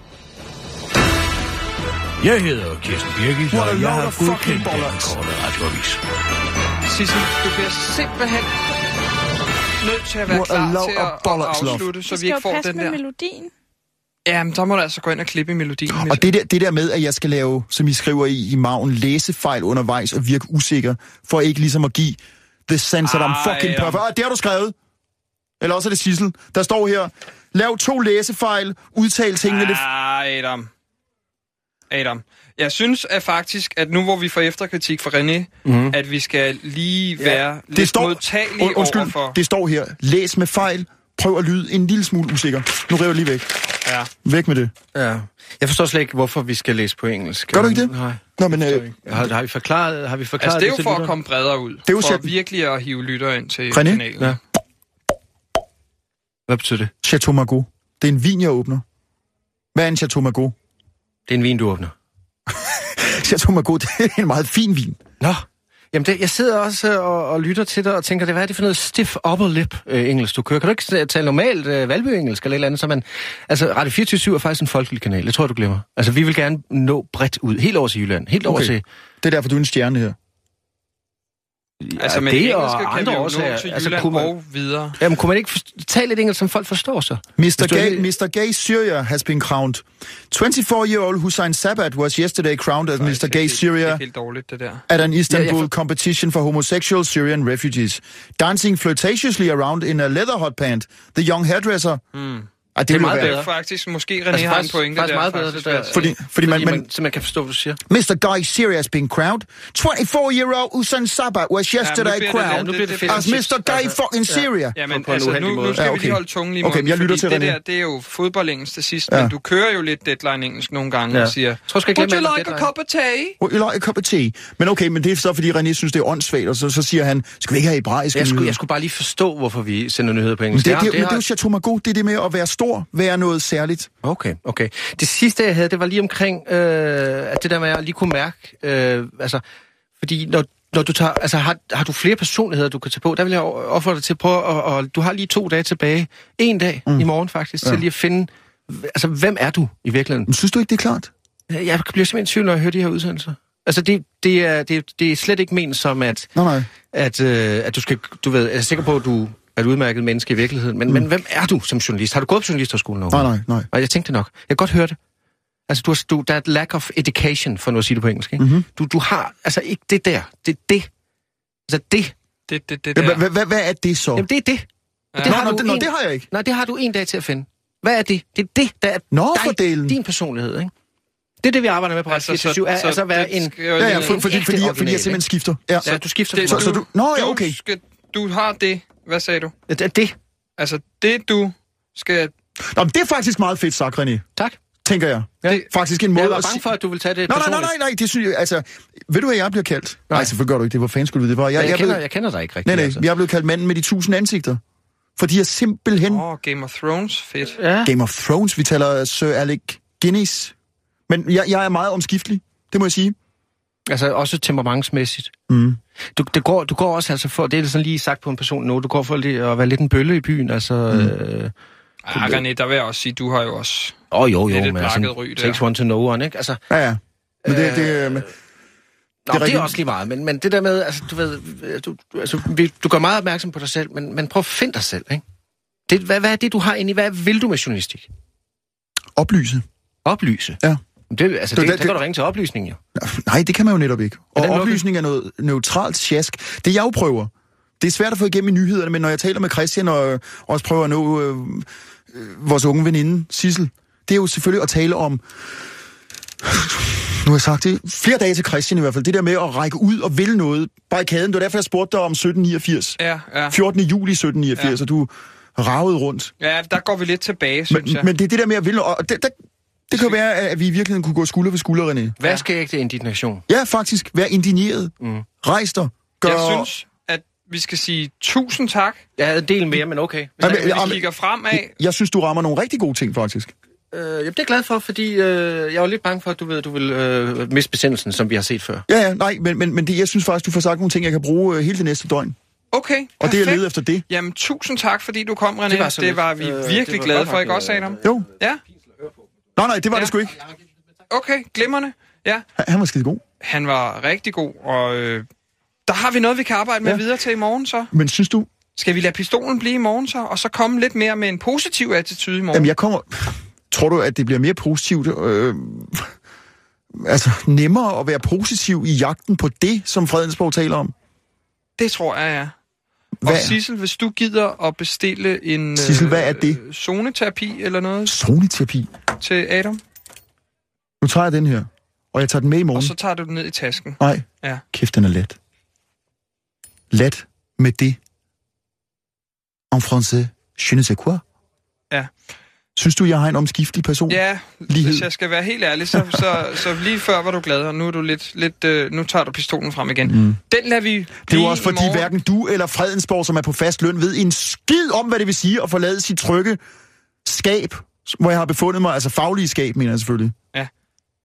Jeg hedder Kirsten Birgit, og
What a
jeg
load
har
of fucking
godkendt den
bollocks.
korte radioavis.
Sissel, du bliver simpelthen nødt til at være
What a
klar
load
til
of
at, at
bollocks, love.
afslutte, så
Vi
vi
skal jo
ikke får
passe
den
med
der.
melodien.
Jamen, der må du altså gå ind og klippe i melodien. hvis-
Og det der, det der med, at jeg skal lave, som I skriver i, i maven, læsefejl undervejs og virke usikker, for ikke ligesom at give the sense, at I'm
Ej,
fucking
ja.
perfect. Ah, det har du skrevet. Eller også er det Sissel, der står her. Lav to læsefejl, udtal tingene lidt.
Ah, Adam. Adam. Jeg synes at faktisk, at nu hvor vi får efterkritik fra René,
Mhm.
mm. at vi skal lige være ja, lidt
Det står,
modtagelige
und, undskyld,
overfor...
det står her. Læs med fejl. Prøv at lyde en lille smule usikker. Nu river jeg lige væk.
Ja.
Væk med det.
Ja. Jeg forstår slet ikke, hvorfor vi skal læse på engelsk.
Gør du ikke det?
Nej.
Nå, men... Øh,
Har, har, vi forklaret, har vi forklaret
Altså, det er jo
til
for at
lytterne?
komme bredere ud. Det
er
er
jo
jo for
sæt-
virkelig at hive lytter ind til
René?
kanalen.
Ja. Hvad betyder det?
Chateau Margaux. Det er en vin, jeg åbner. Hvad er en Chateau Margaux?
Det er en vin, du åbner.
Chateau Margaux, det er en meget fin vin.
Nå. Jamen, det, jeg sidder også øh, og, og lytter til dig og tænker, det, hvad er det for noget stiff upper lip øh, engelsk, du kører? Kan du ikke s- tale normalt øh, valby-engelsk eller et eller andet? Så man, altså, Radio 24 er faktisk en folkelig kanal, det tror jeg, du glemmer. Altså, vi vil gerne nå bredt ud, helt over til Jylland, helt okay. over
Okay.
til...
Det er derfor, du er en stjerne her.
Ja,
Altså, men
det
det
og
engelske kan vi jo
årsager.
nå til Jylland altså,
kunne man,
og videre.
Jamen, kunne man ikke forst- tale lidt engelsk, som folk forstår så?
Mr.
Hvis du
Gay,
ikke-
Mr. Gay Syria has been crowned. 24-year-old Hussein Sabat was yesterday crowned as Mr. Gay
Altså, Det
Syria
er helt dårligt, det der.
at an Istanbul
Ja, jeg
competition for homosexual Syrian refugees. Dancing flirtatiously around in a leather hot pant. The young hairdresser.
Mm.
Ah, det,
Hmm. Det
det
er
meget
meget
Det
være.
er faktisk, måske René
Altså,
altså, har en
faktisk-
pointe
faktisk
der.
meget bedre, det der.
vil jeg
Fordi, fordi man, man,
så man kan forstå, hvad du siger.
Mr. Guy Syria has been crowned. 24-year-old Hussein Sabat was yesterday
bliver det
crowned
lidt- nu bliver det fedt.
as Mr. Guy fucking Syria.
Ja, men
på en
altså,
uheldig
nu,
måde.
nu skal
Ja,
ja, okay.
okay.
vi lige holde tungen lige i
Okay,
munden,
men jeg lytter
fordi
til
det
René.
der, det er jo fodboldengelsk til sidst,
Ja.
ja. men du kører jo lidt deadline-engelsk nogle gange
Ja.
ja. og siger,
tror, jeg skal
would
glemme
you
alt
like a
deadline."
cup of tea?
Would you like a cup of tea? Men okay, men det er så, fordi René synes, det er åndssvagt, og så, så siger han, skal vi ikke have hebraiske
Jeg skulle,
nyheder?"
jeg skulle bare lige forstå, hvorfor vi sender nyheder på
Men
engelsk.
det, det,
har-
det, men det
har-
er jo Chateau Margaux, det er det med at være stor, være noget særligt.
Okay, okay. Det sidste, jeg havde, det var lige omkring, øh, at det der med at lige kunne mærke, øh, altså, fordi når, når du tager, altså har, har du flere personligheder, du kan tage på, der vil jeg opfordre dig til at prøve, og, og du har lige to dage tilbage, en dag mm. i morgen faktisk, ja. til lige at finde, altså hvem er du i virkeligheden?
Men synes du ikke, det er klart?
Jeg bliver simpelthen i tvivl, når jeg hører de her udsendelser. Altså det, det, er, det, det er slet ikke ment som, at,
Nej, nej.
at, øh, at du skal, du ved, jeg er sikker på, at du er et udmærket menneske i virkeligheden, men, mm. men hvem er du som journalist? Har du gået på journalisterskolen overhovedet?
Nej, nej, nej.
Og jeg tænkte nok. Jeg kan godt høre det. Altså, du har, du, der er et lack of education, for nu at sige det på engelsk. Ikke? Mm-hmm. Du, du har altså ikke det der. Det er det. Altså, det.
Det, det, det
Ja,
der.
hvad- hvad- hvad- Hvad er det så?
Jamen, det er det. Og
Nå,
du
nå, det, nå,
en-
det har jeg ikke.
Nej, det har du en dag til at finde. Hvad er det? Det er det, der er
Nå, for
dig,
delen.
din personlighed, ikke? Det er det, vi arbejder med på Radio 24 er altså at være
det
en...
skal
Ja,
jo
Ja, ja,
lige-
for, fordi,
ægte
fordi, jeg, fordi
original,
jeg simpelthen skifter. Ja.
Så du skifter...
Det,
Det,
Så- så du- Nå, ja,
du
okay.
Skal, du har det. Hvad sagde du?
det, er det.
Altså, det du skal...
Nå, men det er faktisk meget fedt sagt, René,
Tak.
tænker jeg.
Ja.
Faktisk en måde
Jeg var
at
bange
sige-
for, at du ville tage det
Nej, nej, nej,
personligt.
nej, nej, det synes jeg, altså, ved du, hvad jeg bliver kaldt? Nej, selvfølgelig gør du ikke det, hvor fanden skulle du vide, det var.
Jeg, jeg,
blev,
kender, jeg kender dig ikke rigtigt.
nej, nej,
Altså.
jeg blev kaldt manden med de tusind ansigter. Fordi jeg simpelthen,
Åh, oh, Game of Thrones, fedt.
Ja.
Game of Thrones, vi taler Sir Alec Guinness, men jeg, jeg er meget omskiftelig, det må jeg sige.
Altså også temperamentsmæssigt.
Mm.
Du, det går, du går også altså for, det er sådan lige sagt på en person nu, du går for lige at være lidt en bølle i byen, altså... Åh, mm. øh,
Ah, René, der vil jeg også sige, du har jo også...
oh, jo, jo,
Lidt et
men altså,
blakket ry, det
takes
der.
one to know one, ikke? Altså,
Ja, ja. Men det, det, øh, men-
Nå, det, er det
rigtigt.
er også lige meget, men, men det der med, altså, du ved, øh, du, du- altså, vi- du gør meget opmærksom på dig selv, men, men prøv at finde dig selv, ikke? Det, hvad, hvad er det, du har inde i? Hvad vil du med journalistik?
oplyse.
Oplyse.
Ja.
Det, altså,
Du,
det, det,
det-
der kan du ringe til oplysning, jo.
Nej, det kan man jo netop ikke. Og
Hvordan lukker-
oplysning er noget neutralt sjask. Det jeg jo prøver, det er svært at få igennem i nyhederne, men når jeg taler med Christian og øh, også prøver at nå øh, øh, vores unge veninde, Sissel, det er jo selvfølgelig at tale om... Nu har jeg sagt det flere dage til Christian i hvert fald. Det der med at række ud og ville noget. Barrikaden, det var derfor, jeg spurgte dig om 1789.
Ja, ja.
14. juli 1789, ja. og du ravede rundt.
Ja, der går vi lidt tilbage, synes
Men,
jeg.
men det er det der med at ville... Og det, der, det kan jo være, at vi i virkeligheden kunne gå skulder ved skulder, René.
Hvad skal jeg ikke det indignation?
Ja, faktisk. Vær indigneret. Mm. Rejs dig. Gør...
Jeg synes, at vi skal sige tusind tak,
Jeg havde en del mere, men okay. Hvis
Jamen,
der-
at
Jamen,
vi kigger fremad.
Jeg synes, du rammer nogle rigtig gode ting, faktisk.
Øh, jamen, det er jeg glad for, fordi øh, jeg var lidt bange for, at du ved, du vil øh, miste besindelsen, som vi har set før.
Ja, ja, nej, men, men, men det, jeg synes faktisk, du får sagt nogle ting, jeg kan bruge øh, hele det næste døgn.
Okay,
Og det er jeg
perfekt.
leder efter det.
Jamen, tusind tak, fordi du kom, René.
Det
Det
var
var,
så
det
lidt.
var vi
Øh, det
virkelig
var
glade
godt
for,
nok,
ikke også,
øh,
Adam?
Jo.
Ja,
Nej, nej, det var ja.
Ja.
det sgu ikke.
okay, glimrende. Ja,
Han, han var skide god.
han var rigtig god, og øh, der har vi noget, vi kan arbejde med
Ja.
ja. videre til i morgen, så.
Men synes du...
Skal vi lade pistolen blive i morgen så, og så komme lidt mere med en positiv attitude i morgen?
Jamen, jeg kommer... Tror du, at det bliver mere positivt, øh, altså nemmere at være positiv i jagten på det, som Fredensborg taler om?
Det tror jeg, ja.
Hvad?
Og Sissel, hvis du gider at bestille en...
Sissel, hvad er det?
øh, Zoneterapi eller noget
Zoneterapi.
til Adam,
Nu tager jeg den her, og jeg tager den med i morgen.
og så tager du den ned i tasken.
Nej,
Ja.
kæft, den er let. Let med det. En français, je ne sais quoi.
Ja.
Synes du, jeg har en omskiftelig person?
Ja,
Lighed.
hvis jeg skal være helt ærlig, så, så, så lige før var du glad, og nu er du lidt, lidt øh, nu tager du pistolen frem igen. Mm. Den lader vi
Det er jo
blive
også
i
fordi
morgen.
hverken du eller Fredensborg, som er på fast løn, ved en skid om, hvad det vil sige at forlade sit trygge skab, hvor jeg har befundet mig, altså faglige skab, mener jeg selvfølgelig.
Ja.